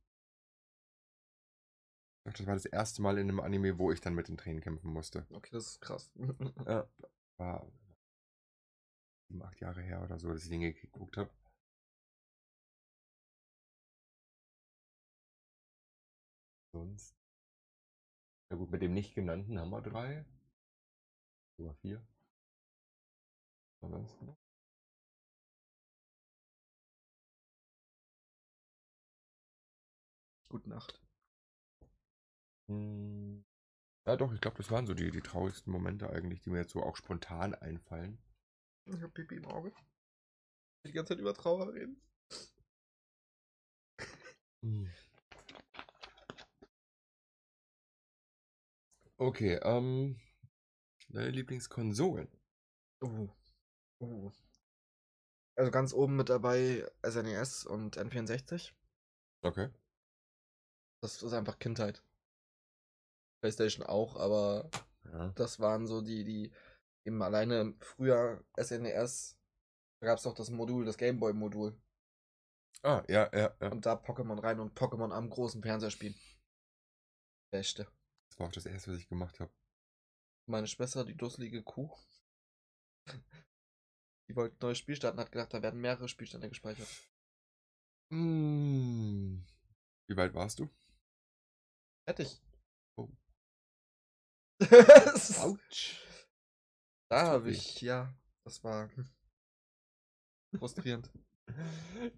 [SPEAKER 3] Doch, das war das erste Mal in einem Anime, wo ich dann mit den Tränen kämpfen musste.
[SPEAKER 4] Okay, das ist krass. [laughs]
[SPEAKER 3] Ja. War sieben, acht Jahre her oder so, dass ich den geguckt habe. Sonst. Na gut, mit dem nicht genannten haben wir drei. Sogar vier. Ansonsten.
[SPEAKER 4] Gute Nacht.
[SPEAKER 3] Hm. Ja, doch, ich glaube, das waren so die, die traurigsten Momente eigentlich, die mir jetzt so auch spontan einfallen.
[SPEAKER 4] Ich hab Pipi im Auge. Die ganze Zeit über Trauer reden.
[SPEAKER 3] Mhm. Okay, ähm, deine Lieblingskonsolen.
[SPEAKER 4] Oh. Oh. Also ganz oben mit dabei SNES und N64.
[SPEAKER 3] Okay.
[SPEAKER 4] Das ist einfach Kindheit. PlayStation auch, aber
[SPEAKER 3] Ja.
[SPEAKER 4] das waren so die, die eben alleine früher SNES, da gab es auch das Modul, das Gameboy-Modul.
[SPEAKER 3] Ah, ja, ja, ja.
[SPEAKER 4] Und da Pokémon rein und Pokémon am großen Fernseher spielen. Beste.
[SPEAKER 3] Das war auch das erste, was ich gemacht habe.
[SPEAKER 4] Meine Schwester, die dusselige Kuh, [laughs] die wollte ein neues Spiel starten, hat gedacht, da werden mehrere Spielstände gespeichert.
[SPEAKER 3] Mm. Wie weit warst du?
[SPEAKER 4] Fertig. [laughs]
[SPEAKER 3] Oh.
[SPEAKER 4] Autsch. Da
[SPEAKER 3] tut
[SPEAKER 4] habe
[SPEAKER 3] weh.
[SPEAKER 4] ich, ja, das war [laughs] frustrierend.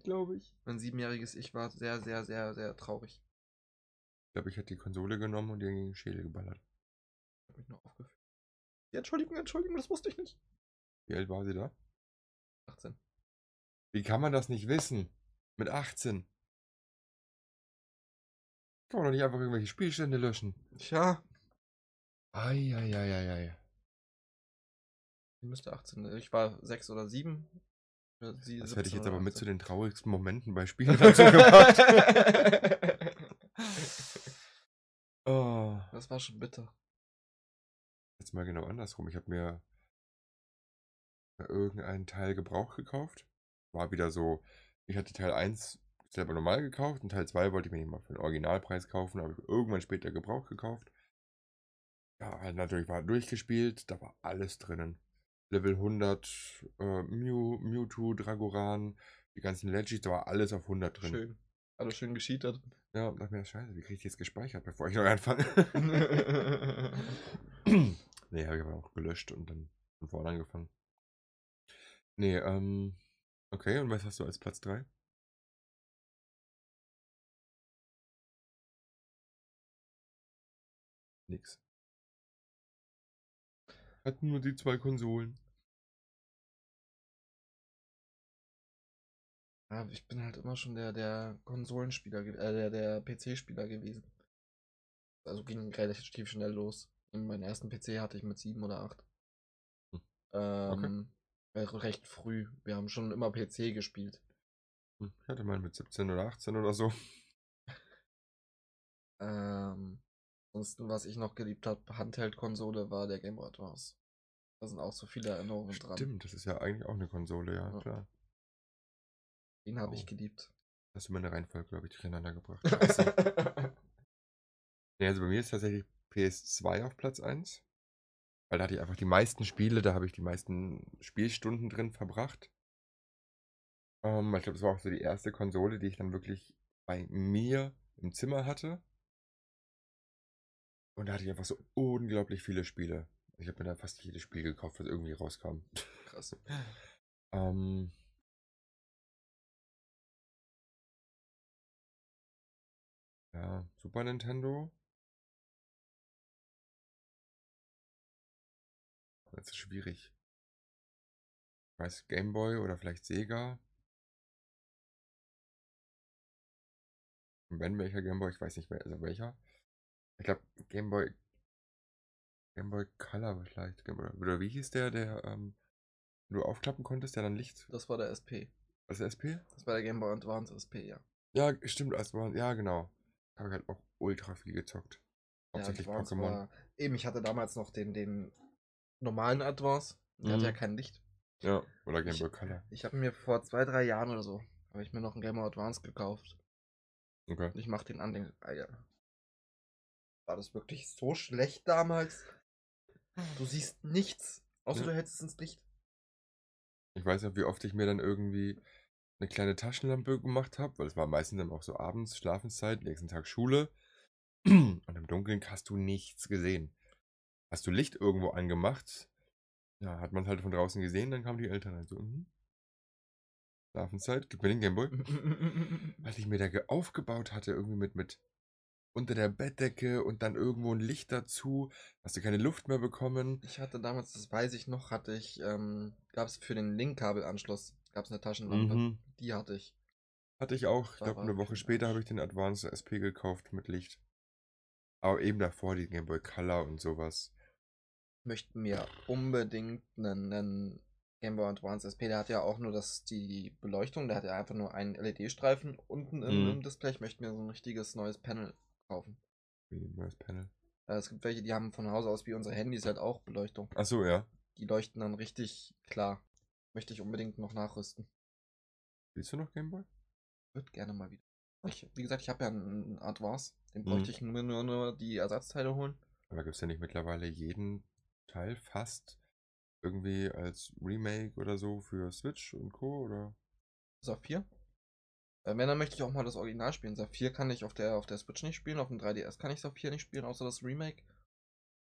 [SPEAKER 3] Glaube ich.
[SPEAKER 4] Mein siebenjähriges Ich war sehr, sehr, sehr, sehr traurig.
[SPEAKER 3] Ich glaube, ich hätte die Konsole genommen und dir gegen den Schädel geballert.
[SPEAKER 4] Hab mich nur aufgeführt. Ja, Entschuldigung, Entschuldigung, das wusste ich nicht.
[SPEAKER 3] Wie alt war sie da?
[SPEAKER 4] 18.
[SPEAKER 3] Wie kann man das nicht wissen? Mit 18. Kann man doch nicht einfach irgendwelche Spielstände löschen.
[SPEAKER 4] Tja,
[SPEAKER 3] Eieieiei.
[SPEAKER 4] sie müsste 18. sein. Ich war 6 oder 7.
[SPEAKER 3] Das hätte ich jetzt aber mit zu den traurigsten Momenten bei Spielen
[SPEAKER 4] [laughs]
[SPEAKER 3] dazu gemacht. oh.
[SPEAKER 4] Das war schon bitter.
[SPEAKER 3] Jetzt mal genau andersrum. Ich habe mir irgendeinen Teil Gebrauch gekauft. War wieder so, ich hatte Teil 1 selber normal gekauft und Teil 2 wollte ich mir nicht mal für den Originalpreis kaufen, habe ich irgendwann später Gebrauch gekauft. Ja, halt natürlich war durchgespielt, da war alles drinnen. Level 100, äh, Mew, Mewtwo, Dragoran, die ganzen Legends, da war alles auf 100 drin.
[SPEAKER 4] Schön. Alles schön gescheitert.
[SPEAKER 3] Ja, und dachte mir, scheiße, wie kriege ich die jetzt gespeichert, bevor ich neu anfange? [clears throat] nee, habe ich aber auch gelöscht und dann von vorne angefangen. Nee, ähm, okay, und was hast du als Platz 3? Nix. Hatten nur die zwei Konsolen.
[SPEAKER 4] Ja, ich bin halt immer schon der, der Konsolenspieler, ge- äh, der, der PC-Spieler gewesen. Also ging relativ schnell los. In meinen ersten PC hatte ich mit sieben oder acht.
[SPEAKER 3] Hm.
[SPEAKER 4] Ähm, äh, recht früh. Wir haben schon immer PC gespielt.
[SPEAKER 3] Hm, Ich hatte meinen mit 17 oder 18 oder so.
[SPEAKER 4] Ähm, ansonsten, was ich noch geliebt habe, Handheld-Konsole war der Game Boy Advance. Da sind auch so viele Erinnerungen dran.
[SPEAKER 3] Stimmt, das ist ja eigentlich auch eine Konsole, ja,
[SPEAKER 4] Ja.
[SPEAKER 3] klar.
[SPEAKER 4] Den habe
[SPEAKER 3] Oh.
[SPEAKER 4] ich geliebt.
[SPEAKER 3] Hast du meine Reihenfolge, glaube ich, durcheinander gebracht. Scheiße. Nee, also bei mir ist tatsächlich PS2 auf Platz 1. Weil da hatte ich einfach die meisten Spiele, da habe ich die meisten Spielstunden drin verbracht. Ähm, ich glaube, das war auch so die erste Konsole, die ich dann wirklich bei mir im Zimmer hatte. Und da hatte ich einfach so unglaublich viele Spiele. Ich habe mir da fast jedes Spiel gekauft, was irgendwie rauskam.
[SPEAKER 4] Krass.
[SPEAKER 3] Ähm. Ja, Super Nintendo. Das ist schwierig. Ich weiß, Game Boy oder vielleicht Sega. Und wenn welcher Game Boy, ich weiß nicht mehr, also welcher. Ich glaube, Game Boy. Game Boy Color vielleicht. Game Boy, oder wie hieß der, der, ähm, den du aufklappen konntest, der dann Licht
[SPEAKER 4] Das war der SP.
[SPEAKER 3] also SP?
[SPEAKER 4] Das war der Game Boy Advance SP, ja.
[SPEAKER 3] Ja, stimmt, als war, ja, genau. habe ich halt auch ultra viel gezockt.
[SPEAKER 4] Ja,
[SPEAKER 3] Hauptsächlich
[SPEAKER 4] Advance
[SPEAKER 3] Pokémon.
[SPEAKER 4] war- Eben, ich hatte damals noch den, den normalen Advance. Der hatte
[SPEAKER 3] Mhm.
[SPEAKER 4] ja kein Licht.
[SPEAKER 3] Ja, oder Game
[SPEAKER 4] Ich-
[SPEAKER 3] Boy Color.
[SPEAKER 4] Ich habe mir vor zwei, drei Jahren oder so, habe ich mir noch einen Game Boy Advance gekauft.
[SPEAKER 3] Okay.
[SPEAKER 4] Und ich mach den an, denke, Alter. War das wirklich so schlecht damals? Du siehst nichts, außer
[SPEAKER 3] Ja.
[SPEAKER 4] du hältst es ins
[SPEAKER 3] [laughs]
[SPEAKER 4] Licht.
[SPEAKER 3] Ich weiß noch, wie oft ich mir dann irgendwie eine kleine Taschenlampe gemacht habe, weil es war meistens dann auch so abends, Schlafenszeit, nächsten Tag Schule. [clears throat] Und im Dunkeln hast du nichts gesehen. Hast du Licht irgendwo angemacht? Ja, hat man halt von draußen gesehen, dann kamen die Eltern halt so, mhm. Schlafenszeit, gib mir den Gameboy.
[SPEAKER 4] ja,
[SPEAKER 3] Was ich mir da ge- aufgebaut hatte, irgendwie mit, mit unter der Bettdecke und dann irgendwo ein Licht dazu, hast du keine Luft mehr bekommen.
[SPEAKER 4] ich hatte damals, das weiß ich noch, hatte ich, ähm, gab es für den Linkkabelanschluss, gab es eine Taschenlampe.
[SPEAKER 3] Mhm.
[SPEAKER 4] Die hatte ich.
[SPEAKER 3] Hatte ich auch. Ich
[SPEAKER 4] Da
[SPEAKER 3] glaube,
[SPEAKER 4] war
[SPEAKER 3] eine Woche
[SPEAKER 4] kein
[SPEAKER 3] später habe
[SPEAKER 4] Arsch.
[SPEAKER 3] ich den Advanced SP gekauft mit Licht. Aber eben davor die Game Boy Color und sowas.
[SPEAKER 4] Möchten mir unbedingt einen, einen Game Boy Advance SP, der hat ja auch nur das, die Beleuchtung, der hat ja einfach nur einen LED-Streifen unten im,
[SPEAKER 3] Mhm.
[SPEAKER 4] im Display. Ich möchte mir so ein richtiges neues Panel kaufen.
[SPEAKER 3] Wie ein neues Panel.
[SPEAKER 4] Äh, Es gibt welche, die haben von Hause aus wie unsere Handys halt auch Beleuchtung.
[SPEAKER 3] Achso, ja.
[SPEAKER 4] Die leuchten dann richtig klar. Möchte ich unbedingt noch nachrüsten.
[SPEAKER 3] Willst du noch Game Boy?
[SPEAKER 4] Wird gerne mal wieder. Ich, wie gesagt, ich habe ja einen Advance. Den
[SPEAKER 3] Mhm.
[SPEAKER 4] bräuchte ich nur, nur, nur die Ersatzteile holen.
[SPEAKER 3] Aber gibt es ja nicht mittlerweile jeden Teil fast irgendwie als Remake oder so für Switch und Co. oder?
[SPEAKER 4] Saphir. Äh, wenn, dann möchte ich auch mal das Original spielen. Saphir kann ich auf der, auf der Switch nicht spielen. Auf dem 3DS kann ich Saphir nicht spielen, außer das Remake.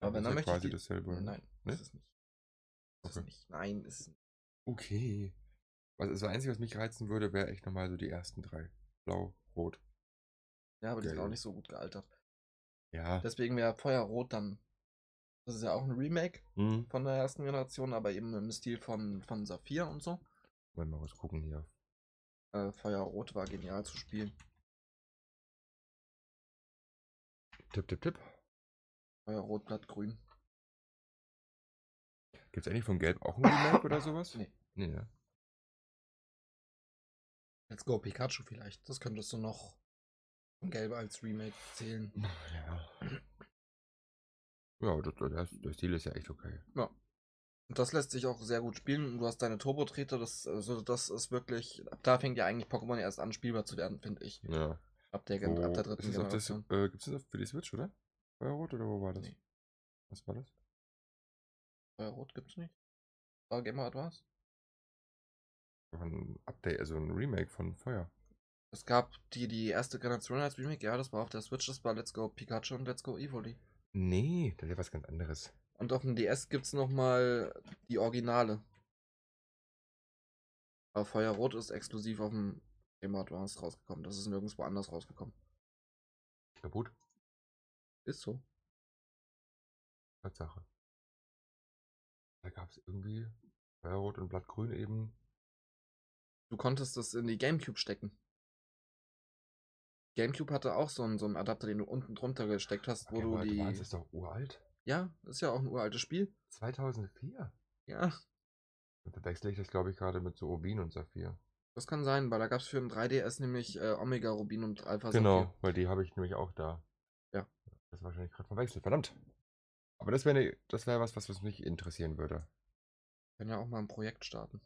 [SPEAKER 4] Aber wenn,
[SPEAKER 3] das
[SPEAKER 4] dann
[SPEAKER 3] ist
[SPEAKER 4] möchte
[SPEAKER 3] ja
[SPEAKER 4] ich
[SPEAKER 3] quasi
[SPEAKER 4] die-
[SPEAKER 3] dasselbe. ne?
[SPEAKER 4] Nein,
[SPEAKER 3] Ne?
[SPEAKER 4] ist es nicht. Ist es
[SPEAKER 3] Okay.
[SPEAKER 4] nicht. Nein, ist es nicht.
[SPEAKER 3] Okay. Also das Einzige, was mich reizen würde, wäre echt nochmal so die ersten drei. Blau, Rot.
[SPEAKER 4] Ja, aber die sind
[SPEAKER 3] Geil.
[SPEAKER 4] auch nicht so gut gealtert.
[SPEAKER 3] Ja.
[SPEAKER 4] Deswegen wäre Feuerrot dann. Das ist ja auch ein Remake.
[SPEAKER 3] Hm.
[SPEAKER 4] von der ersten Generation, aber eben im Stil von, von Saphir und so.
[SPEAKER 3] Wollen wir mal kurz gucken hier.
[SPEAKER 4] Äh, Feuerrot war genial zu spielen.
[SPEAKER 3] Tipp, tipp, tipp.
[SPEAKER 4] Feuerrot, Blattgrün.
[SPEAKER 3] Gibt es eigentlich von Gelb auch ein Remake oder sowas?
[SPEAKER 4] Nee.
[SPEAKER 3] Nee, ne?
[SPEAKER 4] Let's go Pikachu vielleicht. Das könntest du noch von Gelb als Remake zählen.
[SPEAKER 3] Ja. Ja, das, das, der Stil ist ja echt okay.
[SPEAKER 4] Und das lässt sich auch sehr gut spielen. Du hast deine Turbo-Treter, das, also das ist wirklich. Ab da fängt ja eigentlich Pokémon erst an, spielbar zu werden, finde ich.
[SPEAKER 3] Ja.
[SPEAKER 4] Ab der, Gen-
[SPEAKER 3] Wo,
[SPEAKER 4] Genau, ab der
[SPEAKER 3] ist
[SPEAKER 4] dritten
[SPEAKER 3] es auf das,
[SPEAKER 4] Generation.
[SPEAKER 3] äh, gibt's das auf- für die Switch, oder? Feuerrot oder wo war das?
[SPEAKER 4] Nee.
[SPEAKER 3] Was war das?
[SPEAKER 4] Feuerrot gibt's nicht. War Game Boy Advance?
[SPEAKER 3] Noch Ein Update, also ein Remake von Feuer.
[SPEAKER 4] Es gab die, die erste Generation als Remake, ja, das war auf der Switch, das war Let's Go Pikachu und Let's Go Evoli.
[SPEAKER 3] Nee, das ist ja was ganz anderes.
[SPEAKER 4] Und auf dem DS gibt es nochmal die Originale. Aber Feuerrot ist exklusiv auf dem Game Boy Advance rausgekommen. Das ist nirgendwo anders rausgekommen.
[SPEAKER 3] Kaputt.
[SPEAKER 4] Ist so.
[SPEAKER 3] Tatsache. Da gab es irgendwie Feuerrot und Blattgrün eben.
[SPEAKER 4] Du konntest es in die Gamecube stecken. Gamecube hatte auch so einen, so einen Adapter, den du unten drunter gesteckt hast, wo
[SPEAKER 3] Game Boy
[SPEAKER 4] du die.
[SPEAKER 3] Advance ist doch uralt.
[SPEAKER 4] Ja, ist ja auch ein uraltes Spiel.
[SPEAKER 3] 2004.
[SPEAKER 4] Ja,
[SPEAKER 3] Und verwechsel ich das, glaube ich, gerade mit so Rubin und Saphir.
[SPEAKER 4] das kann sein, weil da gab es für den 3DS nämlich äh, Omega Rubin und Alpha
[SPEAKER 3] genau,
[SPEAKER 4] Saphir.
[SPEAKER 3] weil die habe ich nämlich auch da.
[SPEAKER 4] Ja.
[SPEAKER 3] Das ist wahrscheinlich gerade verwechselt, verdammt. Aber das wäre ne, das wär was, was was mich interessieren würde.
[SPEAKER 4] Können ja auch mal ein Projekt starten.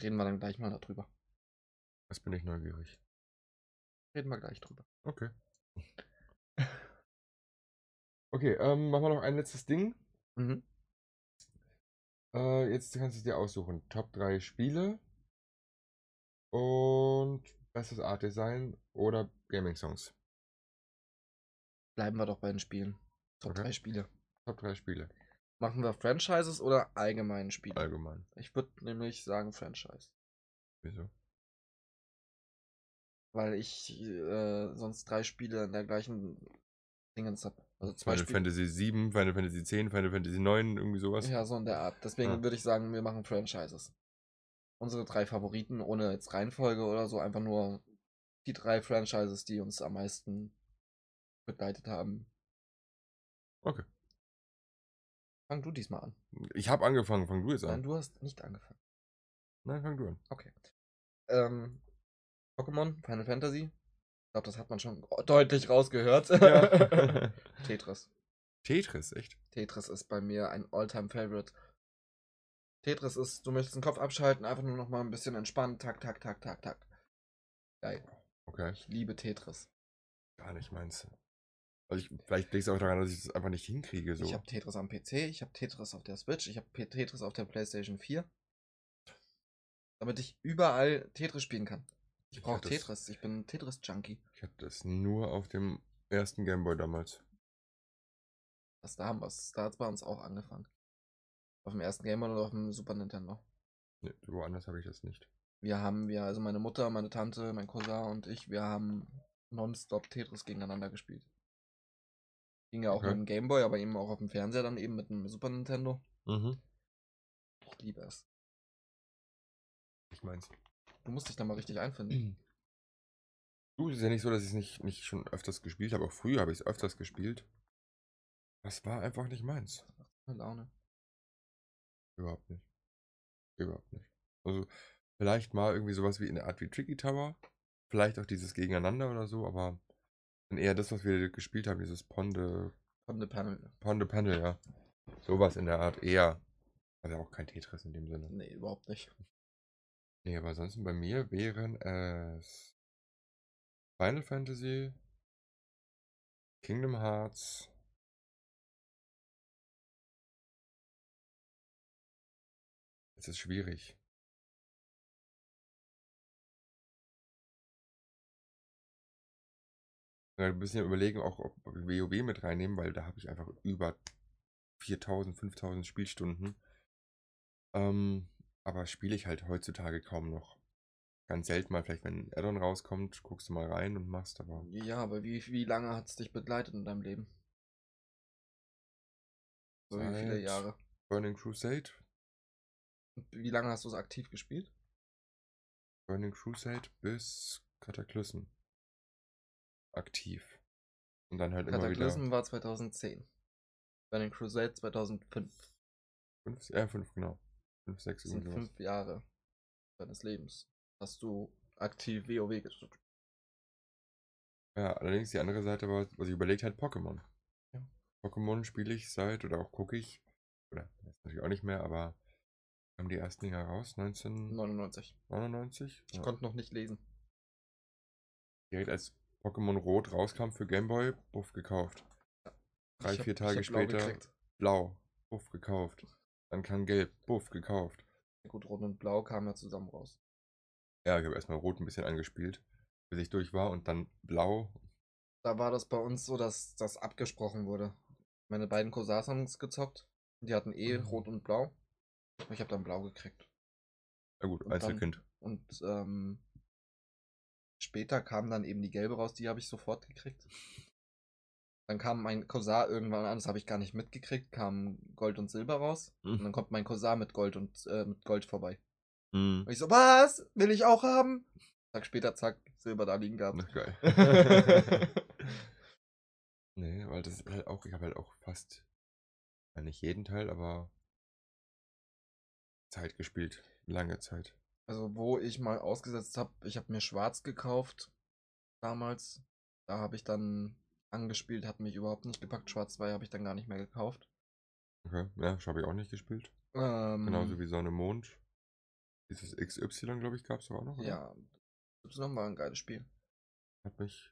[SPEAKER 4] Reden wir dann gleich mal darüber.
[SPEAKER 3] Das bin ich neugierig.
[SPEAKER 4] Reden wir gleich drüber. [laughs]
[SPEAKER 3] Okay. Okay, ähm, machen wir noch ein letztes Ding.
[SPEAKER 4] Mhm.
[SPEAKER 3] Äh, jetzt kannst du es dir aussuchen. Top 3 Spiele und bestes Art Design oder Gaming Songs.
[SPEAKER 4] Bleiben wir doch bei den Spielen. Top
[SPEAKER 3] Okay.
[SPEAKER 4] drei Spiele.
[SPEAKER 3] Top 3 Spiele
[SPEAKER 4] Machen wir Franchises oder allgemeine Spiele?
[SPEAKER 3] allgemein.
[SPEAKER 4] Ich würde nämlich sagen Franchise.
[SPEAKER 3] Wieso?
[SPEAKER 4] Weil ich äh, sonst drei Spiele in der gleichen Dingens habe. Also zwei
[SPEAKER 3] Final
[SPEAKER 4] Spiele.
[SPEAKER 3] Fantasy 7, Final Fantasy 10, Final Fantasy 9, irgendwie sowas.
[SPEAKER 4] Ja, so in der Art. Deswegen
[SPEAKER 3] Ja.
[SPEAKER 4] würde ich sagen, wir machen Franchises. Unsere drei Favoriten, ohne jetzt Reihenfolge oder so, einfach nur die drei Franchises, die uns am meisten begleitet haben.
[SPEAKER 3] Okay.
[SPEAKER 4] Fang du diesmal an.
[SPEAKER 3] Ich habe angefangen, fang du jetzt
[SPEAKER 4] Nein,
[SPEAKER 3] an.
[SPEAKER 4] du hast nicht angefangen. [laughs]
[SPEAKER 3] Nein, fang du an.
[SPEAKER 4] Ähm, Pokémon, Final Fantasy, Ich glaube, das hat man schon deutlich rausgehört.
[SPEAKER 3] Ja.
[SPEAKER 4] [laughs]
[SPEAKER 3] [laughs]
[SPEAKER 4] Tetris.
[SPEAKER 3] Tetris, echt?
[SPEAKER 4] Tetris ist bei mir ein All-Time-Favorite. Tetris ist, du möchtest den Kopf abschalten, einfach nur noch mal ein bisschen entspannen. Tak, tak, tak, tak, tak. Geil.
[SPEAKER 3] Okay,
[SPEAKER 4] Ich liebe Tetris.
[SPEAKER 3] gar nicht meins. Also ich, vielleicht liegt es auch daran, dass ich das einfach nicht hinkriege. So.
[SPEAKER 4] Ich habe Tetris am PC, ich habe Tetris auf der Switch, ich habe Tetris auf der PlayStation 4. Damit ich überall Tetris spielen kann. Ich
[SPEAKER 3] Ich
[SPEAKER 4] brauche
[SPEAKER 3] hab das-
[SPEAKER 4] Tetris. Ich bin ein Tetris-Junkie.
[SPEAKER 3] Ich hatte das nur auf dem ersten Gameboy damals.
[SPEAKER 4] Das da haben wir Da hat's bei uns auch angefangen. Auf dem ersten Game Boy oder auf dem Super Nintendo.
[SPEAKER 3] Nee, woanders habe ich das nicht.
[SPEAKER 4] Wir haben, wir, also meine Mutter, meine Tante, mein Cousin und ich, wir haben nonstop Tetris gegeneinander gespielt. Ging ja auch
[SPEAKER 3] Okay.
[SPEAKER 4] mit dem Gameboy, aber eben auch auf dem Fernseher, dann eben mit dem Super Nintendo.
[SPEAKER 3] Mhm.
[SPEAKER 4] Ich liebe es.
[SPEAKER 3] Ich meins.
[SPEAKER 4] Du musst dich da mal richtig
[SPEAKER 3] Mhm.
[SPEAKER 4] einfinden.
[SPEAKER 3] Du, es ist ja nicht so, dass ich es nicht, nicht schon öfters gespielt habe. Auch früher habe ich es öfters gespielt. Das war einfach nicht meins.
[SPEAKER 4] Meine Laune.
[SPEAKER 3] Überhaupt nicht. Überhaupt nicht. Also, vielleicht mal irgendwie sowas wie in der Art wie Tricky Tower. Vielleicht auch dieses Gegeneinander oder so, aber dann eher das, was wir gespielt haben, dieses Ponde,
[SPEAKER 4] Von der Panel.
[SPEAKER 3] Ponde Panel, ja. Sowas in der Art eher. Also auch kein Tetris in dem Sinne.
[SPEAKER 4] Nee, überhaupt nicht.
[SPEAKER 3] Nee, aber ansonsten bei mir wären es Final Fantasy, Kingdom Hearts. Es ist schwierig. Ja, Ein bisschen überlegen, auch ob wir WoW mit reinnehmen, weil da habe ich einfach über 4000, 5000 Spielstunden. Ähm, aber spiele ich halt heutzutage kaum noch. Ganz selten mal, vielleicht wenn ein Addon rauskommt, guckst du mal rein und machst, aber
[SPEAKER 4] Ja, aber wie, wie lange hat's dich begleitet in deinem Leben? So wie viele
[SPEAKER 3] Seit-
[SPEAKER 4] Jahre?
[SPEAKER 3] Burning Crusade,
[SPEAKER 4] Wie lange hast du es aktiv gespielt?
[SPEAKER 3] Burning Crusade bis Kataklysm. Aktiv. Und dann halt immer wieder
[SPEAKER 4] Cataclysm war 2010. Burning Crusade 2005.
[SPEAKER 3] fünf, äh, fünf, genau. Fünf, sechs,
[SPEAKER 4] Das sind
[SPEAKER 3] irgendwie sowas.
[SPEAKER 4] fünf Jahre deines Lebens. Hast du aktiv WoW gespielt?
[SPEAKER 3] Ja, allerdings die andere Seite war, was ich überlegt hatte, Pokémon.
[SPEAKER 4] Ja.
[SPEAKER 3] Pokémon spiele ich seit, oder auch gucke ich, oder jetzt natürlich auch nicht mehr, aber haben die ersten Dinger raus,
[SPEAKER 4] 99.
[SPEAKER 3] 1999.
[SPEAKER 4] Ich
[SPEAKER 3] Ja.
[SPEAKER 4] konnte noch nicht lesen.
[SPEAKER 3] Direkt als Pokémon Rot rauskam für Gameboy, buff gekauft. Drei,
[SPEAKER 4] Ich hab-
[SPEAKER 3] vier
[SPEAKER 4] ich
[SPEAKER 3] Tage
[SPEAKER 4] hab blau
[SPEAKER 3] später
[SPEAKER 4] gekriegt.
[SPEAKER 3] blau, buff gekauft. Dann kam gelb, buff gekauft.
[SPEAKER 4] Gut, Rot und Blau kamen ja zusammen raus.
[SPEAKER 3] Ja, ich habe erstmal rot ein bisschen angespielt, bis ich durch war und dann blau.
[SPEAKER 4] Da war das bei uns so, dass das abgesprochen wurde. Meine beiden Cousins haben es gezockt. Die hatten eh
[SPEAKER 3] Mhm.
[SPEAKER 4] Rot und Blau. Und ich habe dann Blau gekriegt.
[SPEAKER 3] Na gut,
[SPEAKER 4] Und dann-
[SPEAKER 3] Einzelkind.
[SPEAKER 4] Und ähm, später kam dann eben die gelbe raus, die habe ich sofort gekriegt. Dann kam mein Cousin irgendwann an, das habe ich gar nicht mitgekriegt, kam Gold und Silber raus.
[SPEAKER 3] Mhm.
[SPEAKER 4] Und dann kommt mein Cousin mit Gold und äh, mit Gold vorbei.
[SPEAKER 3] Mhm.
[SPEAKER 4] Und ich so, was? Will ich auch haben? Tag später, zack, Silber da liegen
[SPEAKER 3] Na,
[SPEAKER 4] gehabt.
[SPEAKER 3] geil.
[SPEAKER 4] [laughs]
[SPEAKER 3] nee, weil das ist halt auch, ich habe halt auch fast, ja, nicht jeden Teil, aber Zeit gespielt. Lange Zeit.
[SPEAKER 4] Also, wo ich mal ausgesetzt habe, ich habe mir schwarz gekauft damals. Da habe ich dann angespielt, hat mich überhaupt nicht gepackt. Schwarz 2 habe ich dann gar nicht mehr gekauft.
[SPEAKER 3] Okay, ja, habe ich auch nicht gespielt.
[SPEAKER 4] Ähm,
[SPEAKER 3] Genauso wie Sonne, Mond. Dieses XY, glaube ich, gab es auch noch. oder?
[SPEAKER 4] Ja, Y war ein geiles Spiel.
[SPEAKER 3] Hat mich.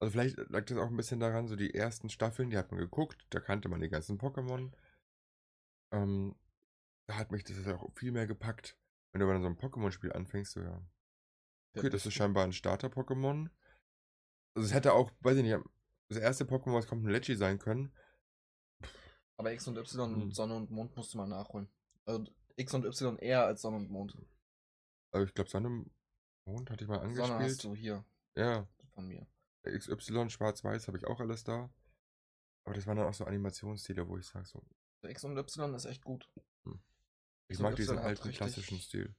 [SPEAKER 3] Also vielleicht lag das auch ein bisschen daran, so die ersten Staffeln, die hat man geguckt, da kannte man die ganzen Pokémon. Ähm, da hat mich das auch viel mehr gepackt. Wenn du aber dann so ein Pokémon-Spiel anfängst, so ja. Okay, das ist scheinbar ein Starter-Pokémon. Also es hätte auch, weiß ich nicht, das erste Pokémon, was kommt, ein Leggy sein können.
[SPEAKER 4] Aber X und Y und
[SPEAKER 3] Hm.
[SPEAKER 4] Sonne und Mond musst du mal nachholen. Also X und Y eher als Sonne und Mond.
[SPEAKER 3] Also ich glaube, Sonne, Mond hatte ich mal
[SPEAKER 4] Sonne hast
[SPEAKER 3] angespielt.
[SPEAKER 4] du hier
[SPEAKER 3] Ja.
[SPEAKER 4] von mir.
[SPEAKER 3] XY, Schwarz-Weiß habe ich auch alles da. Aber das waren dann auch so Animationsstile, wo ich sage so,
[SPEAKER 4] Also X und Y ist echt gut.
[SPEAKER 3] Hm. ich
[SPEAKER 4] X und
[SPEAKER 3] mag
[SPEAKER 4] Y
[SPEAKER 3] diesen
[SPEAKER 4] hat
[SPEAKER 3] alten
[SPEAKER 4] richtig-
[SPEAKER 3] klassischen Stil.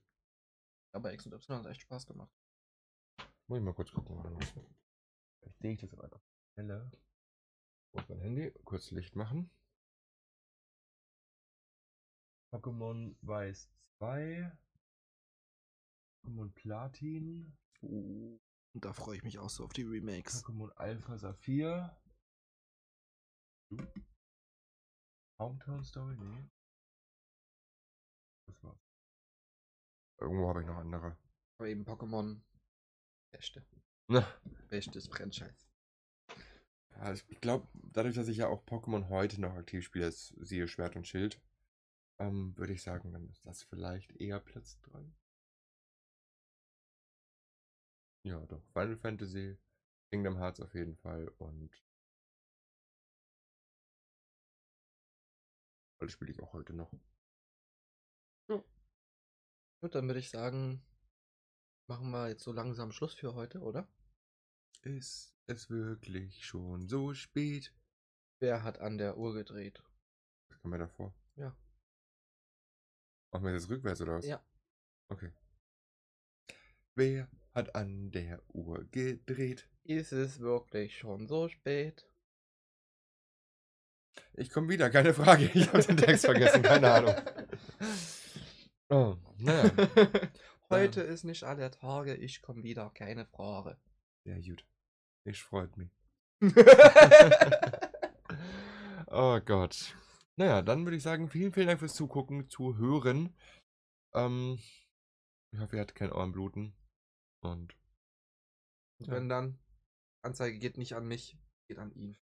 [SPEAKER 4] Aber X und Y hat echt Spaß gemacht.
[SPEAKER 3] Muss ich mal kurz gucken. warte mal. Vielleicht sehe ich das aber noch. Helle. Auf mein Handy, kurz Licht machen. Pokémon Weiß 2. Pokémon Platin.
[SPEAKER 4] Und Oh, da freue ich mich auch so auf die Remakes.
[SPEAKER 3] Pokémon Alpha Saphir. Du? Hometown Story? Nee. Das war's. Irgendwo habe ich noch andere.
[SPEAKER 4] Aber eben Pokémon. Beste.
[SPEAKER 3] Na,
[SPEAKER 4] Bestes Franchise.
[SPEAKER 3] ja, ich glaube, dadurch, dass ich ja auch Pokémon heute noch aktiv spiele, ist siehe Schwert und Schild, ähm, würde ich sagen, dann ist das vielleicht eher Platz 3. Ja, doch. Final Fantasy, Kingdom Hearts auf jeden Fall und. Weil das spiele ich auch heute noch.
[SPEAKER 4] Gut, dann würde ich sagen, machen wir jetzt so langsam Schluss für heute, oder?
[SPEAKER 3] Ist es wirklich schon so spät?
[SPEAKER 4] Wer hat an der Uhr gedreht?
[SPEAKER 3] Was kam mir davor?
[SPEAKER 4] Ja.
[SPEAKER 3] Machen wir das rückwärts oder was?
[SPEAKER 4] Ja.
[SPEAKER 3] Okay. Wer hat an der Uhr gedreht?
[SPEAKER 4] Ist es wirklich schon so [laughs] spät?
[SPEAKER 3] Ich komme wieder, keine Frage. Ich habe den Text vergessen, [laughs] keine Ahnung.
[SPEAKER 4] [laughs]
[SPEAKER 3] Oh, naja.
[SPEAKER 4] [laughs] Heute ist nicht alle Tage, ich komme wieder, keine [laughs] Frage.
[SPEAKER 3] Ja, gut. Ich freut mich.
[SPEAKER 4] Bis
[SPEAKER 3] [laughs] Oh Gott. Naja, dann würde ich sagen, vielen, vielen Dank fürs Zugucken, Zuhören. Ähm, ich hoffe, ihr hattet kein Ohrenbluten. Und
[SPEAKER 4] Wenn dann, Anzeige geht nicht an mich, geht an ihn.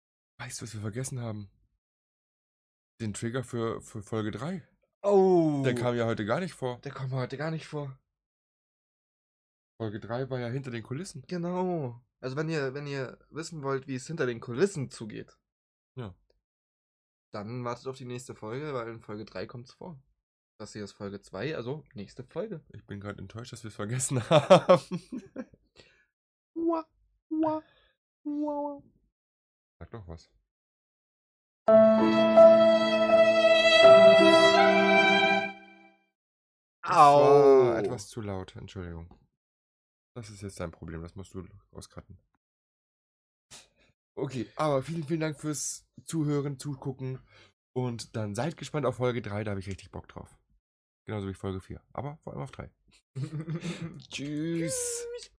[SPEAKER 3] weißt du, was wir vergessen haben? Den Trigger für, für Folge 3.
[SPEAKER 4] Oh!
[SPEAKER 3] Der kam ja heute gar nicht vor.
[SPEAKER 4] der kommt heute gar nicht vor.
[SPEAKER 3] Folge 3 war ja hinter den Kulissen.
[SPEAKER 4] Genau. Also wenn ihr, wenn ihr wissen wollt, wie es hinter den Kulissen zugeht.
[SPEAKER 3] Ja.
[SPEAKER 4] Dann wartet auf die nächste Folge, weil in Folge 3 kommt's vor. Das hier ist Folge 2, also nächste Folge.
[SPEAKER 3] Ich bin gerade enttäuscht, dass wir es vergessen [laughs] haben.
[SPEAKER 4] Wah, wah, wah.
[SPEAKER 3] Sag doch was. Das
[SPEAKER 4] Au.
[SPEAKER 3] war etwas zu laut, Entschuldigung. Das ist jetzt dein Problem, das musst du auscutten. Okay, aber vielen, vielen Dank fürs Zuhören, Zugucken. Und dann seid gespannt auf Folge 3, da habe ich richtig Bock [laughs] drauf. Genauso wie Folge 4, aber vor allem auf 3. Tschüss.